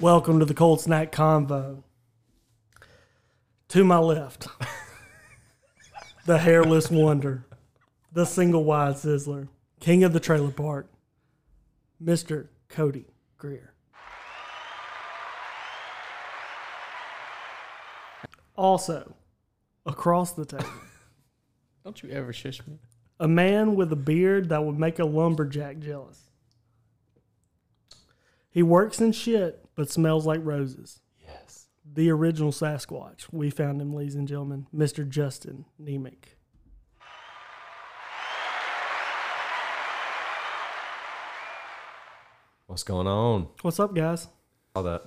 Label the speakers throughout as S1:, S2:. S1: Welcome to the Cold Snack Convo. To my left, the hairless wonder, the single wide sizzler, king of the trailer park, Mr. Cody Greer. Also, across the table,
S2: Don't you ever shush me.
S1: a man with a beard that would make a lumberjack jealous. He works in shit, but smells like roses.
S2: Yes.
S1: the original Sasquatch. We found him, ladies and gentlemen, Mr. Justin Nemec.
S3: What's going on?
S1: What's up, guys?
S3: All that.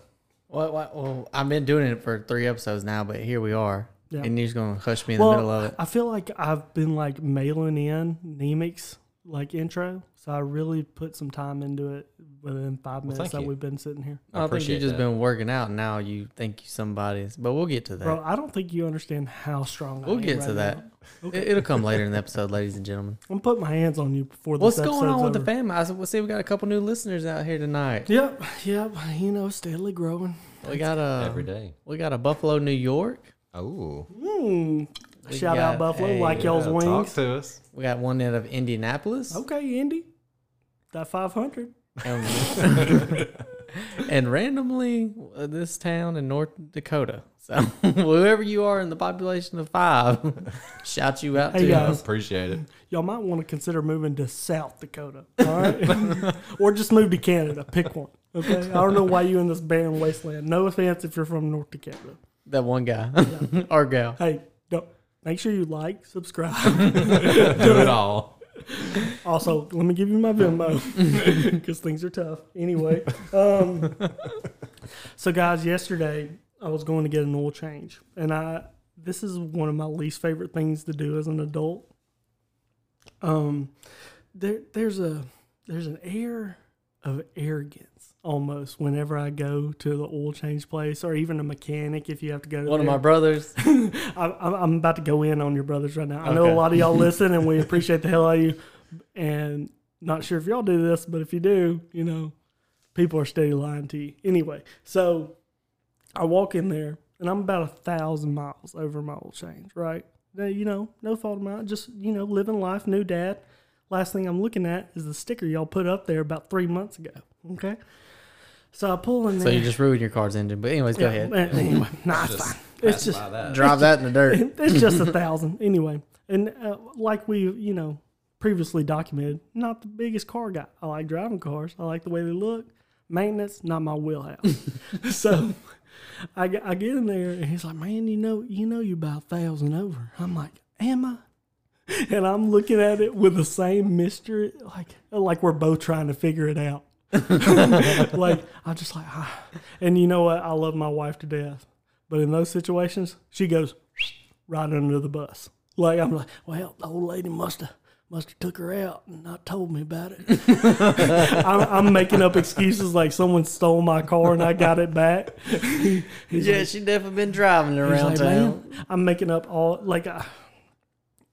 S2: Well, well, well, I've been doing it for three episodes now, but here we are.
S1: Yeah.
S2: And you're just going to hush me in
S1: well,
S2: the middle of it.
S1: I feel like I've been like mailing in Nemec's like intro, so I really put some time into it within five minutes
S3: thank
S1: that
S3: you.
S1: we've been sitting here.
S3: I
S2: I, think
S3: appreciate
S2: you've just
S3: that.
S2: been working out. and Now you think you somebody's, but we'll get to that.
S1: Bro, I don't think you understand how strong I
S2: we'll
S1: am
S2: get
S1: right
S2: to that.
S1: now.
S2: It, will come later in the episode, ladies and gentlemen.
S1: I'm putting my hands on you before this
S2: What's going on
S1: episode's
S2: with the
S1: over.
S2: fam? I s- we'll see. We got a couple new listeners out here tonight.
S1: Yep, yep. You know, steadily growing.
S2: We got a
S3: Every day.
S2: we got a Buffalo, New York.
S3: Oh.
S1: Mm.
S2: We
S1: Shout out
S2: got
S1: Buffalo,
S2: a- uh,
S1: like y'all's
S3: Talk
S1: wings.
S3: to us.
S2: We got one out of Indianapolis.
S1: Okay, Indy, that 500.
S2: and, and randomly uh, this town in North Dakota. So whoever you are in the population of five, shout you out
S1: Hey,
S2: to
S1: guys.
S3: Appreciate it.
S1: y'all might want to consider moving to South Dakota, all right? or just move to Canada. Pick one. Okay, I don't know why you in this barren wasteland. No offense if you're from North Dakota.
S2: that one guy or gal.
S1: Hey, don't, make sure you like, subscribe.
S3: Do it all.
S1: also, let me give you my Venmo because things are tough. Anyway, um, so guys, yesterday I was going to get an oil change, and I this is one of my least favorite things to do as an adult. Um, there there's a there's an air of arrogance almost whenever I go to the oil change place or even a mechanic if you have to go to
S2: One of
S1: there.
S2: my brothers.
S1: I, I'm I'm about to go in on your brothers right now. I know
S2: Okay.
S1: a lot of y'all listen, and we appreciate the hell out of you. And not sure if y'all do this, but if you do, you know, people are steady lying to you. Anyway, so I walk in there, and I'm about a thousand miles over my old change, right? Now, you know, no fault of mine. Just you know, living life, new dad. Last thing I'm looking at is the sticker y'all put up there about three months ago. Okay, so I pull in
S2: So
S1: there.
S2: you just ruined your car's engine. But anyways, go ahead.
S1: Yeah, Anyway, nah, it's fine. It's just
S3: Buy that.
S2: Drive that in the dirt.
S1: it's just a thousand anyway and uh, like we you know previously documented not the biggest car guy i like driving cars i like the way they look maintenance not my wheelhouse so I, get- I get in there and he's like man you know you know you're about a thousand over i'm like am i and i'm looking at it with the same mystery like like we're both trying to figure it out like i'm just like ah. and you know what i love my wife to death but in those situations she goes right under the bus. Like I'm like, well, the old lady must have must have took her out and not told me about it. I'm, I'm making up excuses like someone stole my car and I got it back. He's
S2: Yeah, she definitely been driving
S1: like, he's
S2: around
S1: like,
S2: town.
S1: "Man," I'm making up all like. I,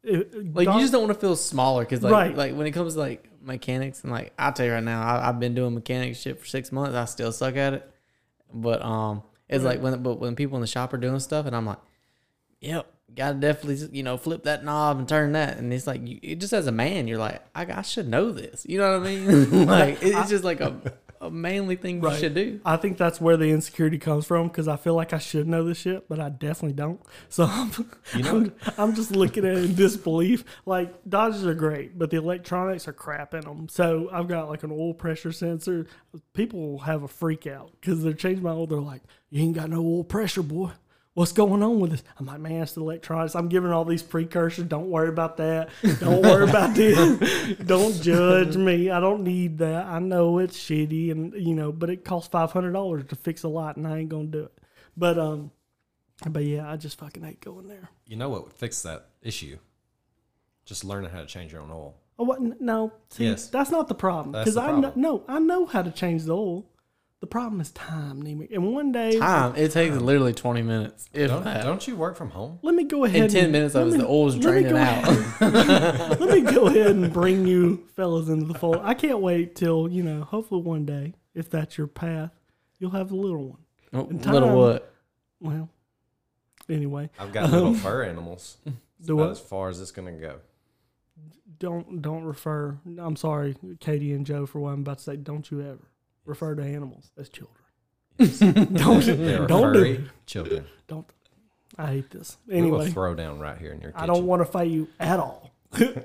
S1: it- it-
S2: Like
S1: Doc-
S2: you just don't want to feel smaller because like
S1: Right.
S2: like when it comes to like mechanics and like I'll tell you right now I, I've been doing mechanic shit for six months I still suck at it, but um it's like when but when people in the shop are doing stuff and I'm like, yep, gotta definitely you know flip that knob and turn that and it's like you, it just as a man you're like I, I should know this you know what I mean like it- it's just like a, a manly thing
S1: Right.
S2: you should do.
S1: I think that's where the insecurity comes from because I feel like I should know this shit, but I definitely don't. So I'm, I'm, I'm just looking at it in disbelief. Like Dodges are great, but the electronics are crap in them. So I've got like an oil pressure sensor. People have a freak out because they're changing my oil. They're like, "You ain't got no oil pressure, boy." What's going on with this? I'm like, man, it's the electronics. I'm giving all these precursors. Don't worry about that. Don't worry about this. Don't judge me. I don't need that. I know it's shitty, and you know, but it costs five hundred dollars to fix a lot, and I ain't gonna do it. But um, but yeah, I just fucking hate going there.
S3: You know what would fix that issue? Just learning how to change your own oil.
S1: Oh, what? n- No, see,
S3: Yes.
S1: that's not the problem.
S3: That's
S1: Because
S3: the
S1: I know,
S3: problem.
S1: no, I know how to change the oil. The problem is time, Nemi. And one day,
S2: Time it takes literally twenty minutes if
S3: Don't,
S2: that.
S3: don't you work from home?
S1: let me go ahead.
S2: in ten
S1: and-
S2: minutes
S1: let
S2: of it,
S1: me-
S2: the oil's
S1: let me
S2: draining
S1: go
S2: out.
S1: Let me go ahead and bring you fellas into the fold. I can't wait till, you know, hopefully one day, if that's your path, You'll have the little one.
S2: Oh,
S1: In
S2: little
S1: time.
S2: what?
S1: Well, anyway,
S3: I've got little fur animals.
S1: do
S3: About
S1: what?
S3: as far as it's gonna go.
S1: don't don't refer. I'm sorry, Katie and Joe, for what I'm about to say. Don't you ever refer to animals as children.
S3: Don't,
S1: don't do
S3: children.
S1: Don't. I hate this.
S3: We will
S1: Anyway,
S3: throw down right here in your kitchen.
S1: I don't want to fight you at all.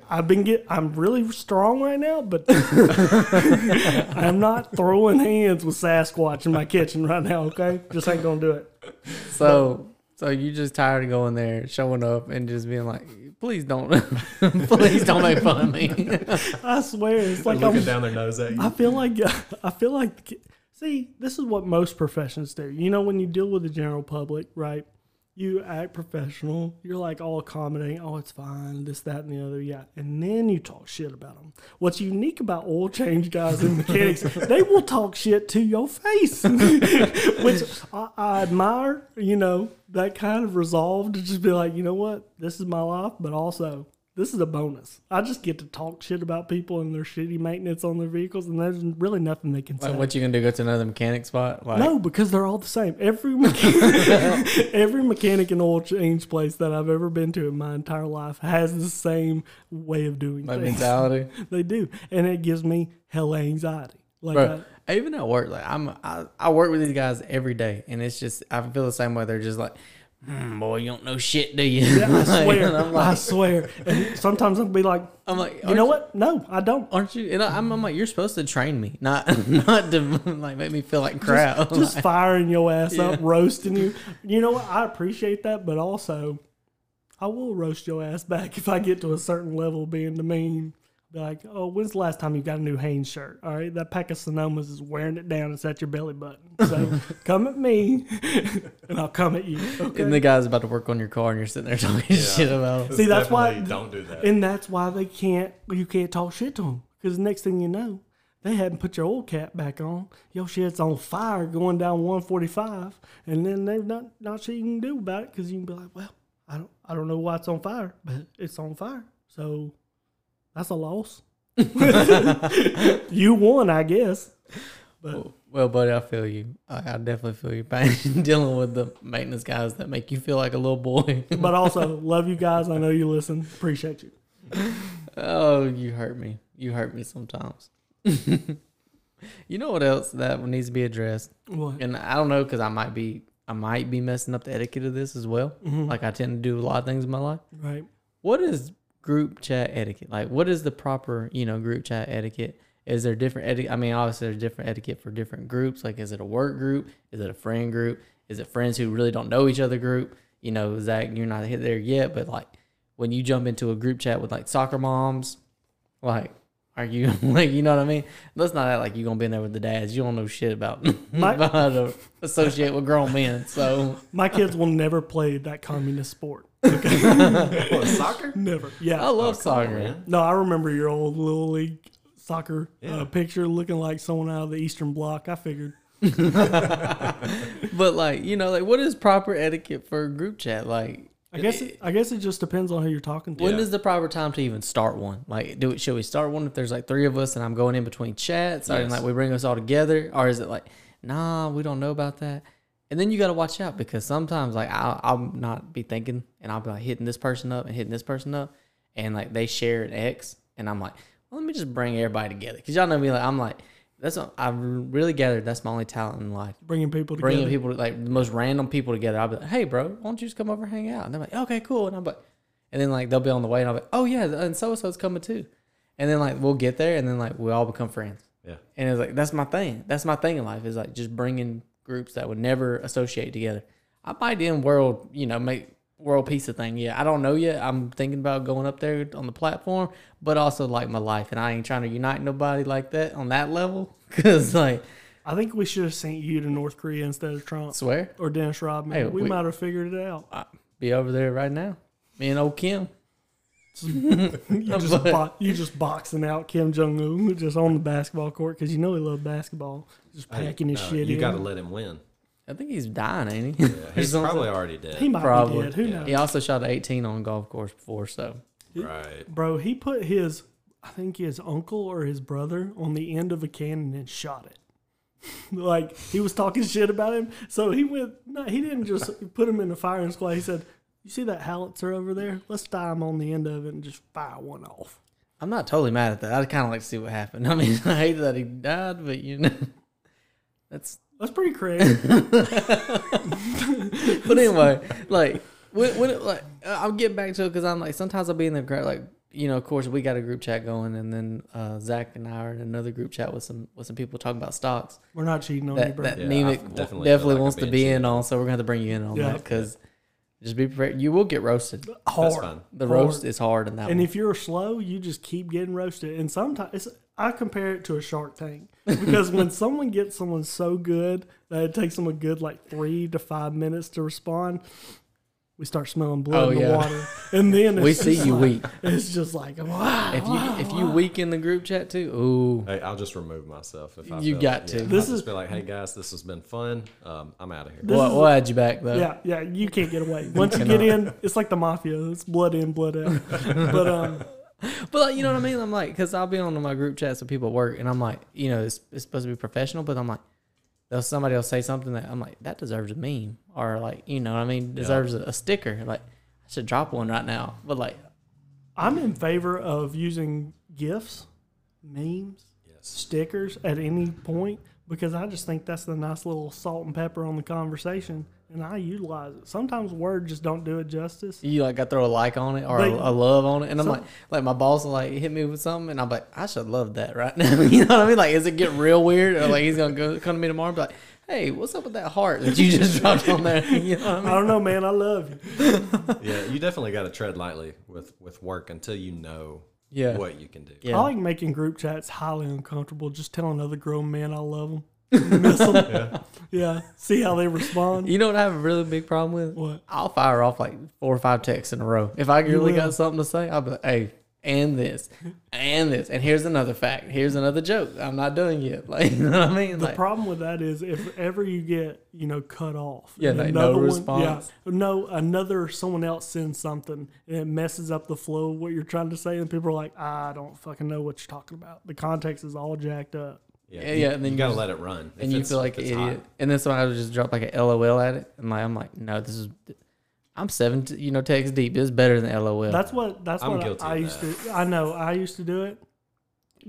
S1: I've been get. I'm really strong right now, but I'm not throwing hands with Sasquatch in my kitchen right now. Okay, just ain't gonna do it.
S2: So, so you just tired of going there, showing up, and just being like, please don't, please don't make fun of me.
S1: I swear, it's
S3: They're
S1: like I'm
S3: down their nose at you.
S1: I feel like I feel like the ki- see, this is what most professions do. You know, when you deal with the general public, right? You act professional. You're like all accommodating. Oh, it's fine. This, that, and the other. Yeah, and then you talk shit about them. What's unique about oil change guys and mechanics? they will talk shit to your face, which I, I admire. You know that kind of resolve to just be like, you know what, this is my life, but also this is a bonus. I just get to talk shit about people and their shitty maintenance on their vehicles, and there's really nothing they can say.
S2: Like, what you gonna do? Go to another mechanic spot? Like,
S1: No, because they're all the same. Every mechanic, every mechanic and oil change place that I've ever been to in my entire life has the same way of doing
S2: my
S1: things.
S2: mentality,
S1: They do, and it gives me hella anxiety. Like,
S2: bro. Even at work, like I'm, I, I work with these guys every day, and it's just I feel the same way. They're just like, hmm, boy, you don't know shit, do you?
S1: I, I swear,
S2: and I'm
S1: I
S2: like,
S1: swear. And sometimes I'll be like,
S2: I'm like,
S1: you know what? No, I don't.
S2: Aren't you? And I- I'm, I'm like, you're supposed to train me, not not to like make me feel like crap.
S1: Just firing your ass up,
S2: Yeah.
S1: roasting you. You know what? I appreciate that, but also, I will roast your ass back if I get to a certain level of being the mean. Be like, oh, when's the last time you got a new Hanes shirt? All right, that pack of Sonomas is wearing it down. It's at your belly button. So come at me, and I'll come at you. Okay?
S2: and the guy's about to work on your car, and you're sitting there talking shit about. it.
S1: See, that's why-
S3: Definitely don't do that.
S1: And that's why they can't. You can't talk shit to them because next thing you know, they hadn't put your old cap back on. Your shit's on fire, going down 145, and then they've not not shit you can do about it because you can be like, well, I don't I don't know why it's on fire, but it's on fire, so that's a loss. you won, I guess.
S2: Well, buddy, I feel you. I, I definitely feel your pain dealing with the maintenance guys that make you feel like a little boy.
S1: But also, love you guys. I know you listen. Appreciate you.
S2: oh, you hurt me. You hurt me sometimes. you know what else that needs to be addressed?
S1: What?
S2: and I don't know because I might be I might be messing up the etiquette of this as well. Like I tend to do a lot of things in my life.
S1: Right.
S2: What is group chat etiquette? Like what is the proper you know group chat etiquette? Is there different etiquette? I mean, obviously there's different etiquette for different groups. Like is it a work group? Is it a friend group? Is it friends who really don't know each other group? You know, Zach, you're not hit there yet, but like when you jump into a group chat with like soccer moms, like are you like you know what I mean? Let's not act like you're gonna be in there with the dads. You don't know shit about,
S1: My-
S2: about how to associate with grown men. So
S1: My kids will never play that communist sport.
S3: What, soccer?
S1: Never. Yeah.
S2: I love
S3: Oh, come on,
S2: soccer.
S3: man.
S1: No, I remember your old little league soccer
S3: Yeah.
S1: uh, picture looking like someone out of the Eastern Bloc. I figured.
S2: But like, you know, like what is proper etiquette for a group chat? Like
S1: I guess it, I guess it just depends on who you're talking to.
S2: when
S3: Yeah.
S2: is the proper time to even start one? Like do it should we start one if there's like three of us and I'm going in between chats and
S3: Yes.
S2: like we bring us all together? Or is it like, nah, we don't know about that? And then you got to watch out because sometimes like I'll, I'll not be thinking and I'll be like hitting this person up and hitting this person up and like they share an X and I'm like, well, let me just bring everybody together because y'all know me like I'm like that's what I've really gathered that's my only talent in life
S1: Bringing people together.
S2: bringing people like the most random people together. I'll be like, hey, bro, why don't you just come over and hang out? And they're like, okay, cool. And I'm like, and then like they'll be on the way, and I'll be like, oh yeah, and so and so's coming too. And then like we'll get there, and then like we all become friends.
S3: Yeah.
S2: And it's like that's my thing. That's my thing in life is like just bringing groups that would never associate together. I might in world, you know, make world peace a thing. Yeah, I don't know yet. I'm thinking about going up there on the platform, but also like my life, and I ain't trying to unite nobody like that on that level. Cause like
S1: I think we should have sent you to North Korea instead of Trump
S2: swear,
S1: or Dennis Rodman.
S2: Hey,
S1: we,
S2: we-
S1: might have figured it out.
S2: I be over there right now. Me and old Kim.
S1: You just, bo- you just boxing out Kim Jong Un just on the basketball court because you know he loved basketball. Just
S3: Hey,
S1: packing his
S3: no,
S1: shit
S3: You
S1: in.
S3: got to let him win.
S2: I think he's dying, ain't he?
S3: Yeah,
S2: Or
S3: he's
S2: something.
S3: probably already dead.
S1: he might
S2: Probably,
S1: be dead. Who
S3: yeah.
S1: knows?
S2: He also shot an 18 on a golf course before, so
S3: right.
S1: Bro, he put his, I think his uncle or his brother on the end of a cannon and shot it. like he was talking shit about him. So he went. No, he didn't just put him in the firing squad. He said, "You see that howitzer over there? Let's tie him on the end of it and just fire one off."
S2: I'm not totally mad at that. I'd kind of like to see what happened. I mean, I hate that he died, but you know, that's.
S1: That's pretty creative.
S2: But anyway, like when, when it, like uh, I'll get back to it because I'm like sometimes I'll be in the gra- like you know of course we got a group chat going and then uh, Zach and I are in another group chat with some with some people talking about stocks
S1: We're not cheating on you,
S2: that
S1: bro.
S2: that
S3: Yeah, I
S2: Nemec
S3: definitely
S2: w-
S3: feel
S2: definitely,
S3: like
S2: wants
S3: I'm
S2: to
S3: being
S2: be
S3: cheated
S2: in on. So we're gonna have to bring you in on
S1: Yeah.
S2: that because just be prepared. You will get roasted.
S1: Hard.
S3: That's fine.
S2: The
S1: Hard.
S2: roast is hard in that
S1: And
S2: one.
S1: if you're slow, you just keep getting roasted. And sometimes it's, I compare it to a Shark Tank because when someone gets someone so good that it takes them a good like three to five minutes to respond, we start smelling blood
S2: Oh,
S1: in the
S2: yeah.
S1: water, and then it's
S2: we see
S1: just
S2: you
S1: like,
S2: weak.
S1: It's just like wow.
S2: If you if you weak in the group chat too, ooh.
S3: Hey, I'll just remove myself if I
S2: You
S3: feel-
S2: got to.
S3: I'll
S1: This is-
S3: just be like, hey guys, this has been fun. Um, I'm out of here.
S1: This
S2: We'll,
S1: is-
S2: we'll add you back though.
S1: Yeah, yeah, you can't get away. Once you get in, it's like the mafia. It's blood in, blood out. But um,
S2: But like, you know what I mean? I'm like, because I'll be on my group chats with people at work, and I'm like, you know, it's, it's supposed to be professional, but I'm like, they'll somebody will say something that I'm like, that deserves a meme, or like, you know, what I mean, deserves a, a sticker. Like, I should drop one right now. But like,
S1: I'm in favor of using gifts, memes,
S3: Yes.
S1: stickers at any point because I just think that's the nice little salt and pepper on the conversation, and I utilize it. Sometimes words just don't do it justice.
S2: you like, I throw a like on it or a,
S1: Like-
S2: a love on it, and I'm
S1: So-
S2: like, like my boss will like hit me with something, and I'm like, I should love that right now. you know what I mean? Like, is it get real weird, or like he's gonna go come to me tomorrow, and be like, hey, what's up with that heart that you just dropped on there? You know what I mean?
S1: I don't know, man. I love you.
S3: yeah, you definitely got to tread lightly with with work until you know
S2: Yeah.
S3: what you can do.
S2: Yeah.
S1: I like making group chats highly uncomfortable. Just telling other grown men I love them, miss them. yeah. see how they respond.
S2: You know what I have a really big problem with?
S1: What?
S2: I'll fire off like four or five texts in a row. If I really
S1: will.
S2: got something to say, I'll be like, hey, and this, and this, and here's another fact. Here's another joke. I'm not doing yet. Like, you know what I mean?
S1: The
S2: Like,
S1: problem with that is if ever you get you know cut off,
S2: Yeah,
S1: and
S2: like no response.
S1: yeah, no, another someone else sends something and it messes up the flow of what you're trying to say, and people are like, I don't fucking know what you're talking about. The context is all jacked up.
S2: Yeah, yeah, and then
S3: you,
S2: you
S3: got to
S2: just-
S3: let it run.
S2: and
S3: If
S2: you
S3: it's-
S2: feel like
S3: if
S2: an
S3: it's
S2: idiot.
S3: hot.
S2: And then somebody will just drop like a LOL at it. And like, I'm like, no, this is, I'm seven, t- you know, text deep. It's better than LOL.
S1: That's what that's
S3: I'm
S1: what I-
S3: guilty
S1: I,
S3: of
S1: used to. I know I used to do it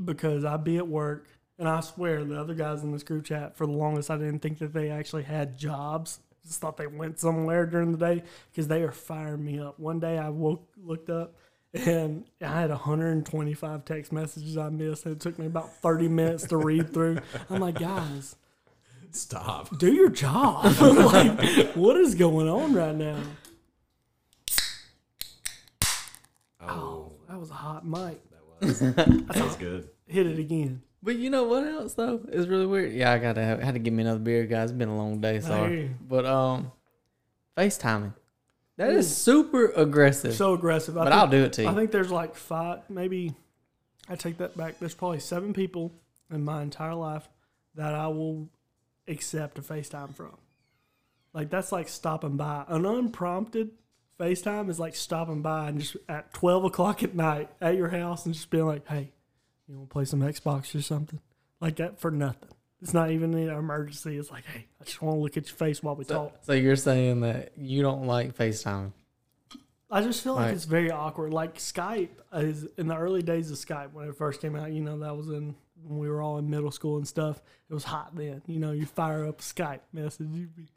S1: because I'd be at work, and I swear the other guys in this group chat for the longest I didn't think that they actually had jobs. Just thought they went somewhere during the day because they are firing me up. One day I woke looked up. And I had 125 text messages I missed. And it took me about 30 minutes to read through. I'm like, guys,
S3: Stop.
S1: do your job. like, what is going on right now?
S3: Oh,
S1: That was a hot mic.
S3: that was that was good.
S1: Hit it again.
S2: But you know what else though? It's really weird. Yeah, I gotta have, had to give me another beer, guys. It's been a long day, sorry.
S1: Hey.
S2: But um, FaceTiming. That is super aggressive.
S1: So aggressive. I
S2: but
S1: think-
S2: I'll do it to you.
S1: I think there's like five, maybe. I take that back. There's probably seven people in my entire life that I will accept a FaceTime from. Like that's like stopping by. An unprompted FaceTime is like stopping by and just at twelve o'clock at night at your house and just being like, "Hey, you want to play some Xbox or something?" Like that for nothing. It's not even an emergency. It's like, "Hey, I just want to look at your face while we
S2: so,
S1: talk."
S2: so you're saying that you don't like FaceTime?
S1: I just feel like
S2: Right.
S1: it's very awkward. Like Skype is in the early days of Skype when it first came out. You know that was in when we were all in middle school and stuff. It was hot then. You know, you fire up a Skype message, you be,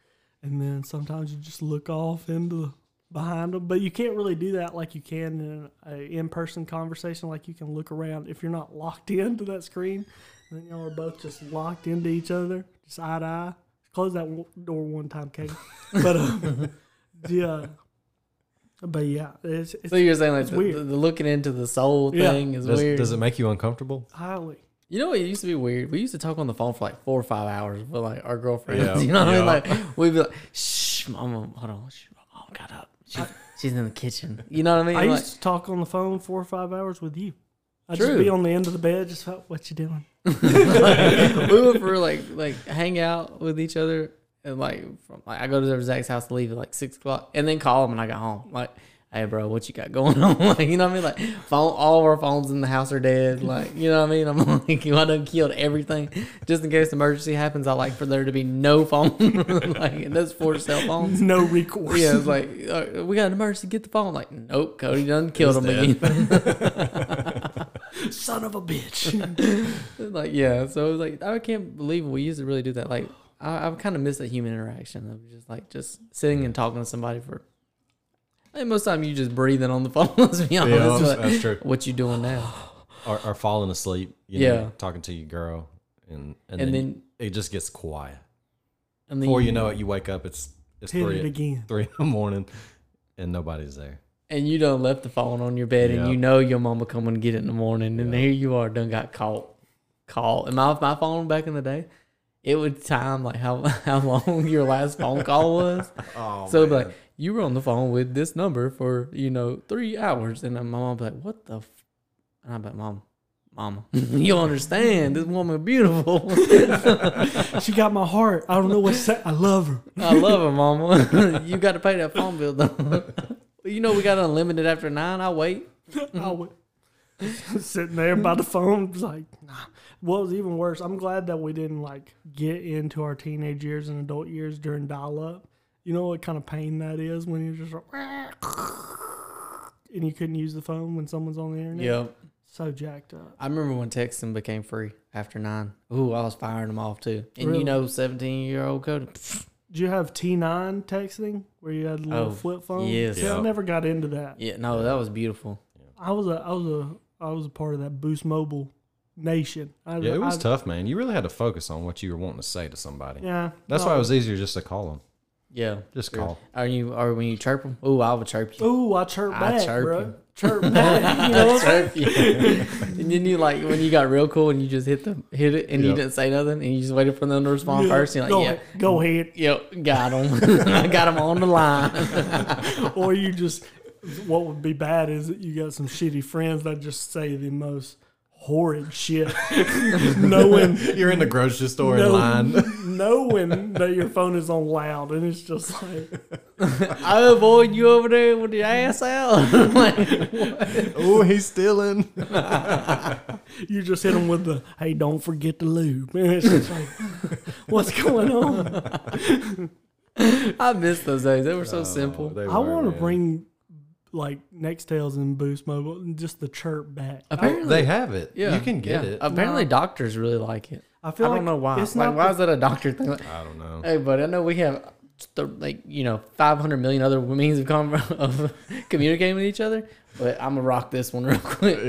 S1: and then sometimes you just look off into the, behind them. But you can't really do that like you can in a in-person conversation. Like you can look around if you're not locked into that screen. And then y'all are both just locked into each other, just eye to eye. Close that wo- door one time, Katie. But um, yeah. But yeah, it's, it's
S2: So you're saying like
S1: It's
S2: the,
S1: weird.
S2: the- the looking into the soul
S1: Yeah.
S2: thing is
S3: Does,
S2: weird.
S3: does it make you uncomfortable?
S1: highly.
S2: you know what used to be weird? We used to talk on the phone for like four or five hours with like our girlfriends.
S3: Yeah.
S2: You know what
S3: Yeah.
S2: I mean? Like we'd be like, shh, mama, hold on, shh, my mom got up. She's, she's in the kitchen. You know what I mean?
S1: I
S2: Like-
S1: used to talk on the phone four or five hours with you. I'd
S2: True.
S1: just be on the end of the bed, just felt, what you doing?
S2: we went for like like hang out with each other and like from like I go to Zach's house to leave at like six o'clock and then call him when I got home. Like hey, bro, what you got going on? like, you know what I mean? Like, phone, all of our phones in the house are dead. Like, you know what I mean? I'm like, I done killed everything. Just in case emergency happens, I like for there to be no phone. like, and that's four cell phones.
S1: No recourse.
S2: Yeah, it's like, uh, we got an emergency, get the phone. Like, nope, Cody done killed
S3: He's
S2: him
S3: dead.
S2: again.
S1: Son of a bitch.
S2: like yeah so it was like i can't believe we used to really do that like i, I kind of miss that human interaction of just like just sitting and talking to somebody for like most time you just breathing on the phone let's be honest
S3: that's-
S2: Like,
S3: that's true.
S2: what you doing now
S3: Or, or falling asleep. You
S2: Yeah.
S3: Know, talking to your girl, and and,
S2: And
S3: then,
S2: then-
S3: it just gets quiet.
S2: and then
S3: Before you know it, you wake up. It's it's
S1: Hit
S3: three
S1: it again.
S3: three in the morning, and nobody's there.
S2: and you done left the phone on your bed
S3: Yeah.
S2: and you know your mama come and get it in the morning and here you are done got caught call and my, my phone back in the day it would time like how how long your last phone call was
S3: Oh,
S2: So it'd be like you were on the phone with this number for you know three hours, and my mom be like, "What the?" F-? And I'm like, "Mom, mama, you don't understand? This woman beautiful.
S1: She got my heart. I don't know what's that. I love her.
S2: I love her, mama. you got to pay that phone bill though. you know we got unlimited after nine. I wait.
S1: I would sitting there by the phone, was like, nah. What was even worse, I'm glad that we didn't like get into our teenage years and adult years during dial up. You know what kind of pain that is when you're just like, and you couldn't use the phone when someone's on the internet.
S2: Yep.
S1: So jacked up.
S2: I remember when texting became free after nine. Ooh, I was firing them off too. And
S1: Really?
S2: you know, seventeen year old Cody. pfft,
S1: Did you have T9 texting where you had a little
S2: Oh,
S1: flip phone?
S2: yes.
S1: See, I
S3: Yeah.
S1: never got into that.
S2: Yeah, no, that was beautiful.
S1: I was a I was a I was a part of that Boost Mobile nation. I,
S3: yeah, it was
S1: I-
S3: tough, man. You really had to focus on what you were wanting to say to somebody.
S1: Yeah,
S3: That's
S1: no.
S3: why it was easier just to call them.
S2: Yeah.
S3: Just call.
S2: Are you? Are when you chirp them? Ooh, I would chirp you.
S1: Ooh, I chirp
S2: I
S1: back,
S2: chirp
S1: bro.
S2: you.
S1: Chirp back. You know what I'm saying?
S2: Turf, yeah. and then you like when you got real cool and you just hit them, hit it, and you
S3: Yep.
S2: didn't say nothing, and you just waited for them to respond first. And you're
S1: go,
S2: like,
S1: go ahead.
S2: yeah, yep, got him, I got him on the line.
S1: Or you just, what would be bad is that you got some shitty friends that just say the most horrid shit, knowing
S3: You're in the grocery store
S1: know-
S3: in line.
S1: knowing that your phone is on loud, and it's just like,
S2: I avoid you over there with your ass out. like,
S3: oh, he's stealing.
S1: you just hit them with the, hey, don't forget the lube, and it's just like, what's going on?
S2: I miss those days. They were
S3: Oh,
S2: so simple.
S1: I want to bring like Nextels and Boost Mobile, and just the chirp back.
S2: Apparently,
S3: They have it.
S2: yeah,
S3: you can get
S2: yeah.
S3: it.
S2: Apparently,
S1: No.
S2: doctors really like it.
S1: I
S2: I,
S1: feel like
S2: don't know why.
S1: it's
S2: like,
S1: not
S2: why
S1: the-
S2: is that a doctor thing? Like,
S3: I don't know.
S2: Hey, buddy, I know we have th- like you know 500 million other means of, com- of communicating with each other, but I'm gonna rock this one real quick.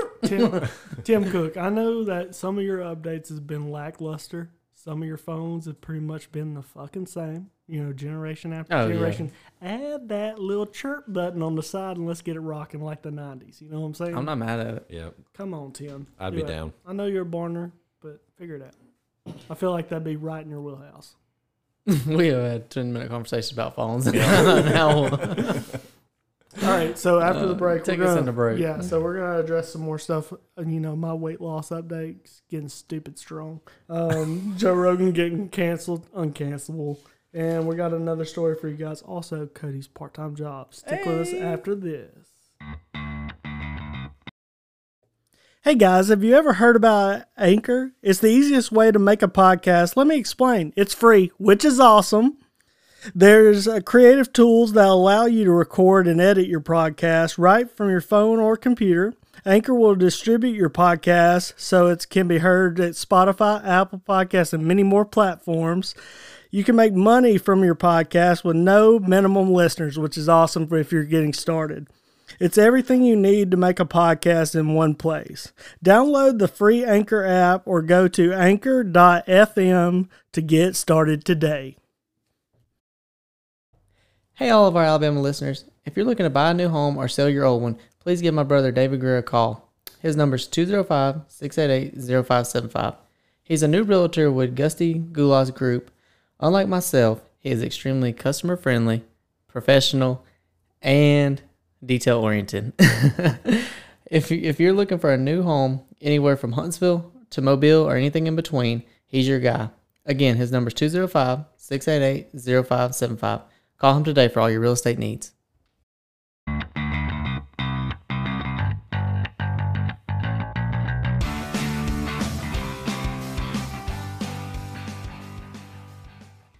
S1: Tim, Tim Cook, I know that some of your updates has been lackluster. Some of your phones have pretty much been the fucking same. You know, generation after
S2: Oh, yeah.
S1: generation. Add that little chirp button on the side and let's get it rocking like the '90s. You know what I'm saying?
S2: I'm not mad at it.
S3: Yep.
S1: Come on, Tim.
S3: I'd
S1: Do
S3: be
S1: it.
S3: down.
S1: I know you're a barner, but figure it out. I feel like that'd be right in your wheelhouse.
S2: we have had 10 minute conversations about phones. now,
S1: All right, so after the
S2: Uh,
S1: break,
S2: take
S1: we're
S2: us
S1: gonna,
S2: in the break.
S1: Yeah, so we're gonna address some more stuff. uh, You know, my weight loss updates getting stupid strong. Um, Joe Rogan getting canceled, uncancelable, and we got another story for you guys. Also, Cody's part-time job. Stick with us after this. Hey guys, have you ever heard about Anchor? It's the easiest way to make a podcast. Let me explain. It's free, which is awesome. There's uh, creative tools that allow you to record and edit your podcast right from your phone or computer. Anchor will distribute your podcast so it can be heard at Spotify, Apple Podcasts, and many more platforms. You can make money from your podcast with no minimum listeners, which is awesome for if you're getting started. It's everything you need to make a podcast in one place. Download the free Anchor app or go to anchor.fm to get started today.
S2: hey, all of our Alabama listeners, if you're looking to buy a new home or sell your old one, please give my brother David Greer a call. His number is 205 688 0575. He's a new realtor with Gusty Goulas Group. Unlike myself, he is extremely customer friendly, professional, and detail oriented. if you, if you're looking for a new home anywhere from Huntsville to Mobile or anything in between, he's your guy. Again, his number is 205-688-0575. Call him today for all your real estate needs.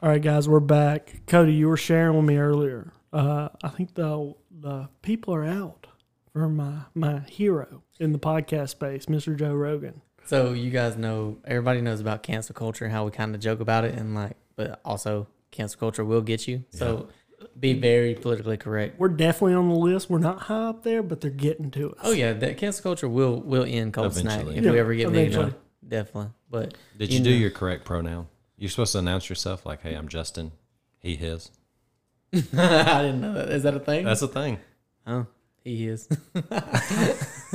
S1: All right, guys, we're back. Cody, you were sharing with me earlier. Uh, I think the the people are out for my my hero in the podcast space, Mr. Joe Rogan.
S2: So you guys know, everybody knows about cancel culture and how we kind of joke about it, and like, but also cancel culture will get you. So be very politically correct.
S1: We're definitely on the list. We're not high up there, but they're getting to us.
S2: Oh yeah, that cancel culture will will end cold snack
S3: Eventually.
S2: if
S1: Yeah,
S2: we ever get
S1: eventually.
S2: legal. Definitely, but
S3: Did
S2: You
S3: you, do
S2: know.
S3: your correct pronoun? You're supposed to announce yourself like, "Hey, I'm Justin. He, his."
S2: I didn't know that. Is that a thing?
S3: That's a thing.
S2: oh, he is.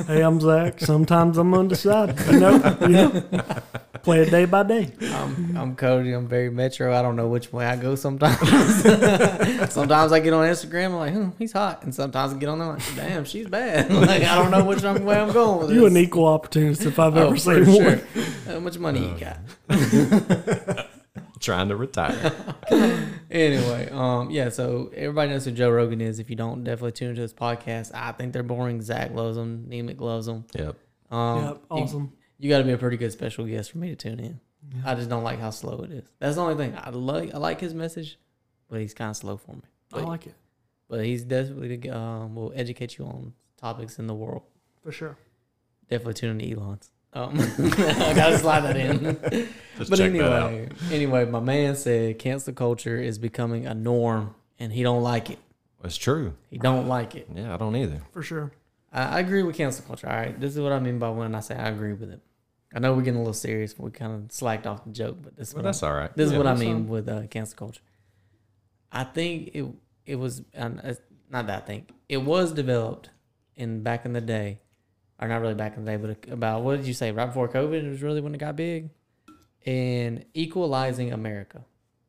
S1: Hey, I'm Zach. Sometimes I'm undecided. But no, you know, play it day by day.
S2: I'm, I'm Cody. I'm very metro. I don't know which way I go sometimes. sometimes I get on Instagram. I'm like, hmm, he's hot, and sometimes I get on there like, damn, she's bad. like I don't know which I'm- way I'm going with
S1: You
S2: this.
S1: an equal opportunist if I've
S2: Oh,
S1: ever
S2: for
S1: seen
S2: sure.
S1: one.
S2: How much money you got?
S3: Trying to retire.
S2: Anyway, um, yeah. So everybody knows who Joe Rogan is. If you don't, definitely tune into his podcast. I think they're boring. Zach loves them. Nemec loves them.
S3: yep.
S2: Um,
S1: Yep,
S2: you-
S1: awesome.
S2: You got to be a pretty good special guest for me to tune in. I just don't like how slow it is. That's the only thing. I like I like his message, but he's kind of slow for me.
S1: I
S2: But,
S1: like it
S2: but he's definitely um, will educate you on topics in the world.
S1: for sure.
S2: Definitely tune into Elon's. Um, I gotta slide that in.
S3: Just
S2: but
S3: check
S2: anyway,
S3: that out.
S2: anyway, my man said cancel culture is becoming a norm, and he don't like it.
S3: It's true.
S2: He don't like it.
S3: Yeah, I don't either.
S1: For sure.
S2: I, I agree with cancel culture. All right, this is what I mean by when I say I agree with it. I know we're getting a little serious. We kind of slacked off the joke, but this is
S3: But
S2: what I'm-
S3: that's all right.
S2: This is
S3: Yeah.
S2: what I mean with uh, cancel culture. I think it it was um, it's not that I think it was developed in back in the day, or not really back in the day, but about what did you say right before COVID? It was really when it got big, and equalizing America.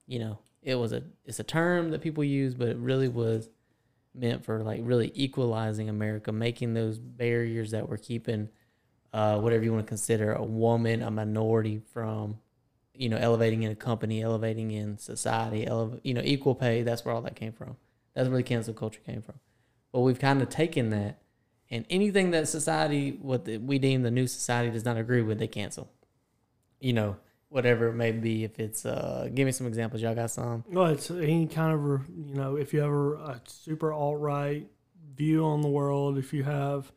S2: You know, it was a it's a term that people use, but it really was meant for like really equalizing America, making those barriers that were keeping uh, whatever you want to consider a woman, a minority from you know, elevating in a company, elevating in society, elev- you know, equal pay. That's where all that came from. That's where the cancel culture came from. But we've kind of taken that, and anything that society, what the, we deem the new society, does not agree with, they cancel. You know, whatever it may be. If it's, uh, give me some examples. Y'all got some?
S1: Well, it's any kind of you know, if you have a, a super alt right view on the world, if you have,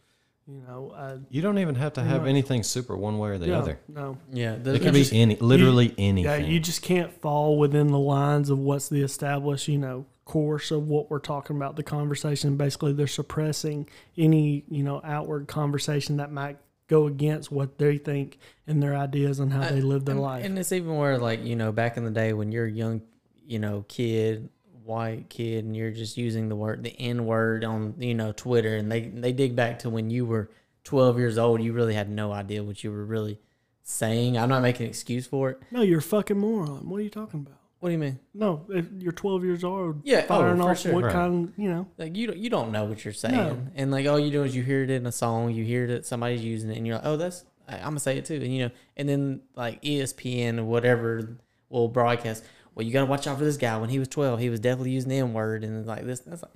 S1: you know, uh,
S3: You don't even have to
S1: Pretty
S3: have
S1: much.
S3: anything super one way or the
S1: yeah,
S3: other.
S1: no,
S2: Yeah,
S3: It
S2: those
S3: could be any, literally anything.
S1: yeah, you just can't fall within the lines of what's the established, you know, course of what we're talking about. The conversation, basically, they're suppressing any you know outward conversation that might go against what they think and their ideas on how they live their
S2: and,
S1: life.
S2: And it's even where like, you know, back in the day when you're a young, you know, kid, white kid and you're just using the word the N word on, you know, Twitter and they they dig back to when you were twelve years old, you really had no idea what you were really saying. I'm not making an excuse for it.
S1: no, you're a fucking moron. What are you talking about?
S2: What do you mean?
S1: No, if you're 12 years old,
S2: Yeah, oh,
S1: firing
S2: for
S1: off
S2: sure.
S1: what
S3: Right.
S1: kind, you know.
S2: Like you don't you don't know what you're saying.
S1: No.
S2: And like all you do is you hear it in a song, you hear that somebody's using it and you're like, Oh, that's I, I'm gonna say it too and you know and then like E ESPN or whatever will broadcast, Well, you gotta watch out for this guy. When he was twelve, he was definitely using the N word and like this that's like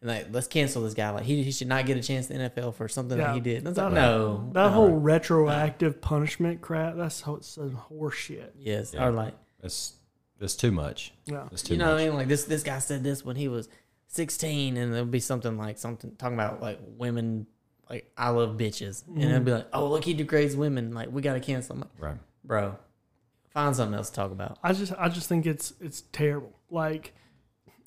S2: and like let's cancel this guy. Like he, he should not get a chance in the NFL for something that
S1: Yeah.
S2: he did. That's
S1: That-
S2: like, no.
S1: That
S2: no.
S1: whole retroactive punishment crap, that's ho- some horse shit.
S2: Yes.
S3: Yeah.
S2: Or like
S3: it's it's too much.
S1: Yeah.
S3: It's too
S2: you know
S3: much.
S2: what I mean? Like this this guy said this when he was sixteen, and it'll be something like something talking about like women, like I love bitches, and it'll be like, oh look, he degrades women. Like we gotta cancel him, Like,
S3: Right.
S2: bro. Find something else to talk about.
S1: I just I just think it's it's terrible. Like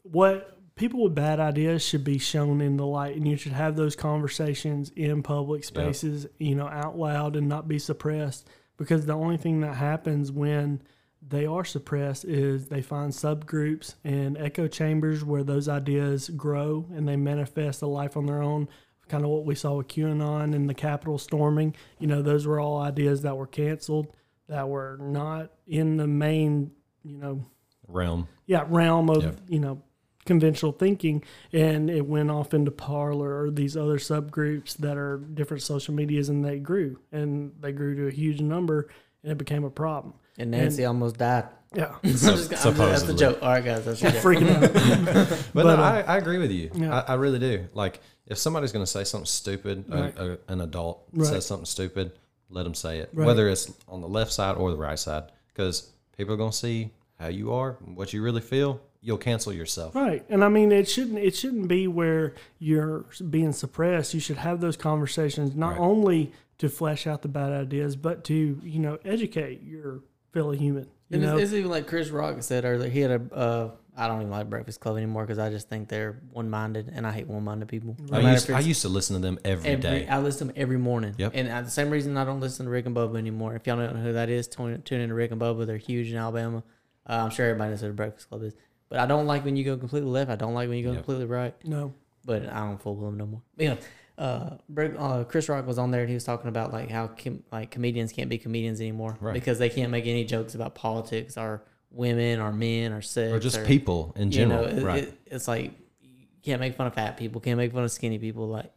S1: what people with bad ideas should be shown in the light and you should have those conversations in public spaces, you know, out loud and not be suppressed because the only thing that happens when they are suppressed is they find subgroups and echo chambers where those ideas grow and they manifest a life on their own. Kind of what we saw with QAnon and the Capitol storming. You know, those were all ideas that were canceled, that were not in the main, you know,
S3: Realm.
S1: yeah realm of
S3: Yeah.
S1: you know conventional thinking and it went off into parlor or these other subgroups that are different social medias and they grew and they grew to a huge number and it became a problem
S2: And Nancy almost died.
S1: yeah
S2: I'm just, I'm just- that's the
S3: supposedly.
S2: joke. All right, guys, that's the joke.
S1: freaking out
S3: But,
S1: But,
S3: no,
S1: uh,
S3: I, I agree with you.
S1: yeah.
S3: I, I really do. Like, if somebody's going to say something stupid, a-
S1: Right.
S3: a, an adult
S1: Right.
S3: says something stupid, let them say it,
S1: Right.
S3: whether it's on the left side or the right side, because people are going to see how you are, and what you really feel, you'll cancel yourself.
S1: Right. And I mean it shouldn't it shouldn't be where you're being suppressed. You should have those conversations not
S3: Right.
S1: only to flesh out the bad ideas, but to, you know, educate your fellow human. You
S2: And
S1: know,
S2: it's, it's even like Chris Rock said earlier. He had a. Uh, I don't even like Breakfast Club anymore because I just think they're one-minded, and I hate one-minded people. No
S3: I
S2: matter
S3: used,
S2: if
S3: I
S2: it's
S3: used to listen to them every day.
S2: I listen to them every morning.
S3: Yep.
S2: And uh, the same reason I don't listen to Rick and Bubba anymore. If y'all don't know who that is, tune, tune in to Rick and Bubba. They're huge in Alabama. Uh, I'm sure everybody knows who the Breakfast Club is. But I don't like when you go completely left. I don't like when you go
S3: Yep.
S2: completely right.
S1: no.
S2: But I don't fool with them no more. But yeah. Uh, Break- uh, Chris Rock was on there and he was talking about like how com- like comedians can't be comedians anymore
S3: Right.
S2: because they can't make any jokes about politics or women or men or sex
S3: Or just
S2: or-
S3: people in general.
S2: it-
S3: right.
S2: it- it's like you can't make fun of fat people, can't make fun of skinny people. Like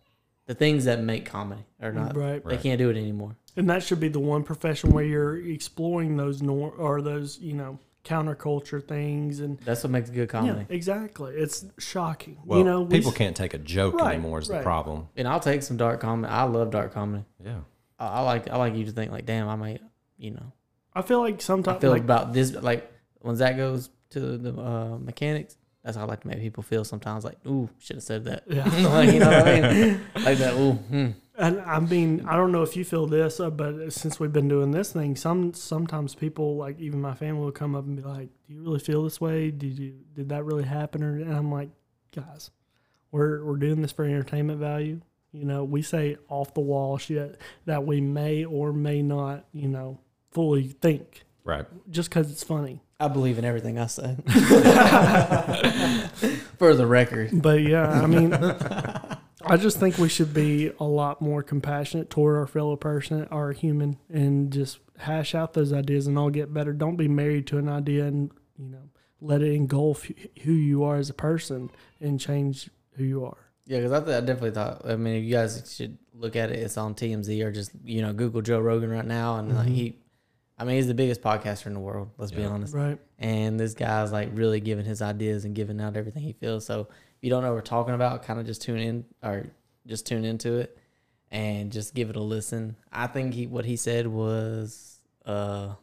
S2: the things that make comedy are not.
S1: Right.
S2: They
S3: Right.
S2: can't do it anymore.
S1: And that should be the one profession where you're exploring those nor or those, you know, counterculture things and
S2: That's what makes good comedy.
S1: yeah, exactly. It's shocking.
S3: well,
S1: you know, we
S3: people
S1: s-
S3: can't take a joke
S1: Right,
S3: anymore is
S1: right.
S3: the problem.
S2: And I'll take some dark comedy. I love dark comedy.
S3: Yeah.
S2: I, I like. I like you to think like, damn, I might. You know,
S1: I feel like
S2: I
S1: sometimes
S2: feel
S1: like,
S2: about this. Like when Zach goes to the uh, mechanics. That's how I like to make people feel sometimes. Like, ooh, should have said that.
S1: yeah.
S2: like, you know what I mean? Like that. Ooh, hmm.
S1: And I mean, I don't know if you feel this, uh, but since we've been doing this thing, some sometimes people, like even my family, will come up and be like, "Do you really feel this way? Did you did that really happen?" Or, and I'm like, "Guys, we're we're doing this for entertainment value. You know, we say off the wall shit that we may or may not, you know, fully think
S3: Right.
S1: just because it's funny."
S2: I believe in everything I say. For the record.
S1: But yeah, I mean, I just think we should be a lot more compassionate toward our fellow person, our human, and just hash out those ideas and all get better. Don't be married to an idea and you know let it engulf who you are as a person and change who you are.
S2: Yeah, because I, th- I definitely thought. I mean, you guys should look at it. It's on TMZ or just you know Google Joe Rogan right now, and like he, I mean, he's the biggest podcaster in the world. Let's be
S3: Yeah.
S2: honest.
S1: Right?
S2: And this guy's like really giving his ideas and giving out everything he feels. So if you don't know what we're talking about, kind of just tune in or just tune into it and just give it a listen. I think he what he said was, uh,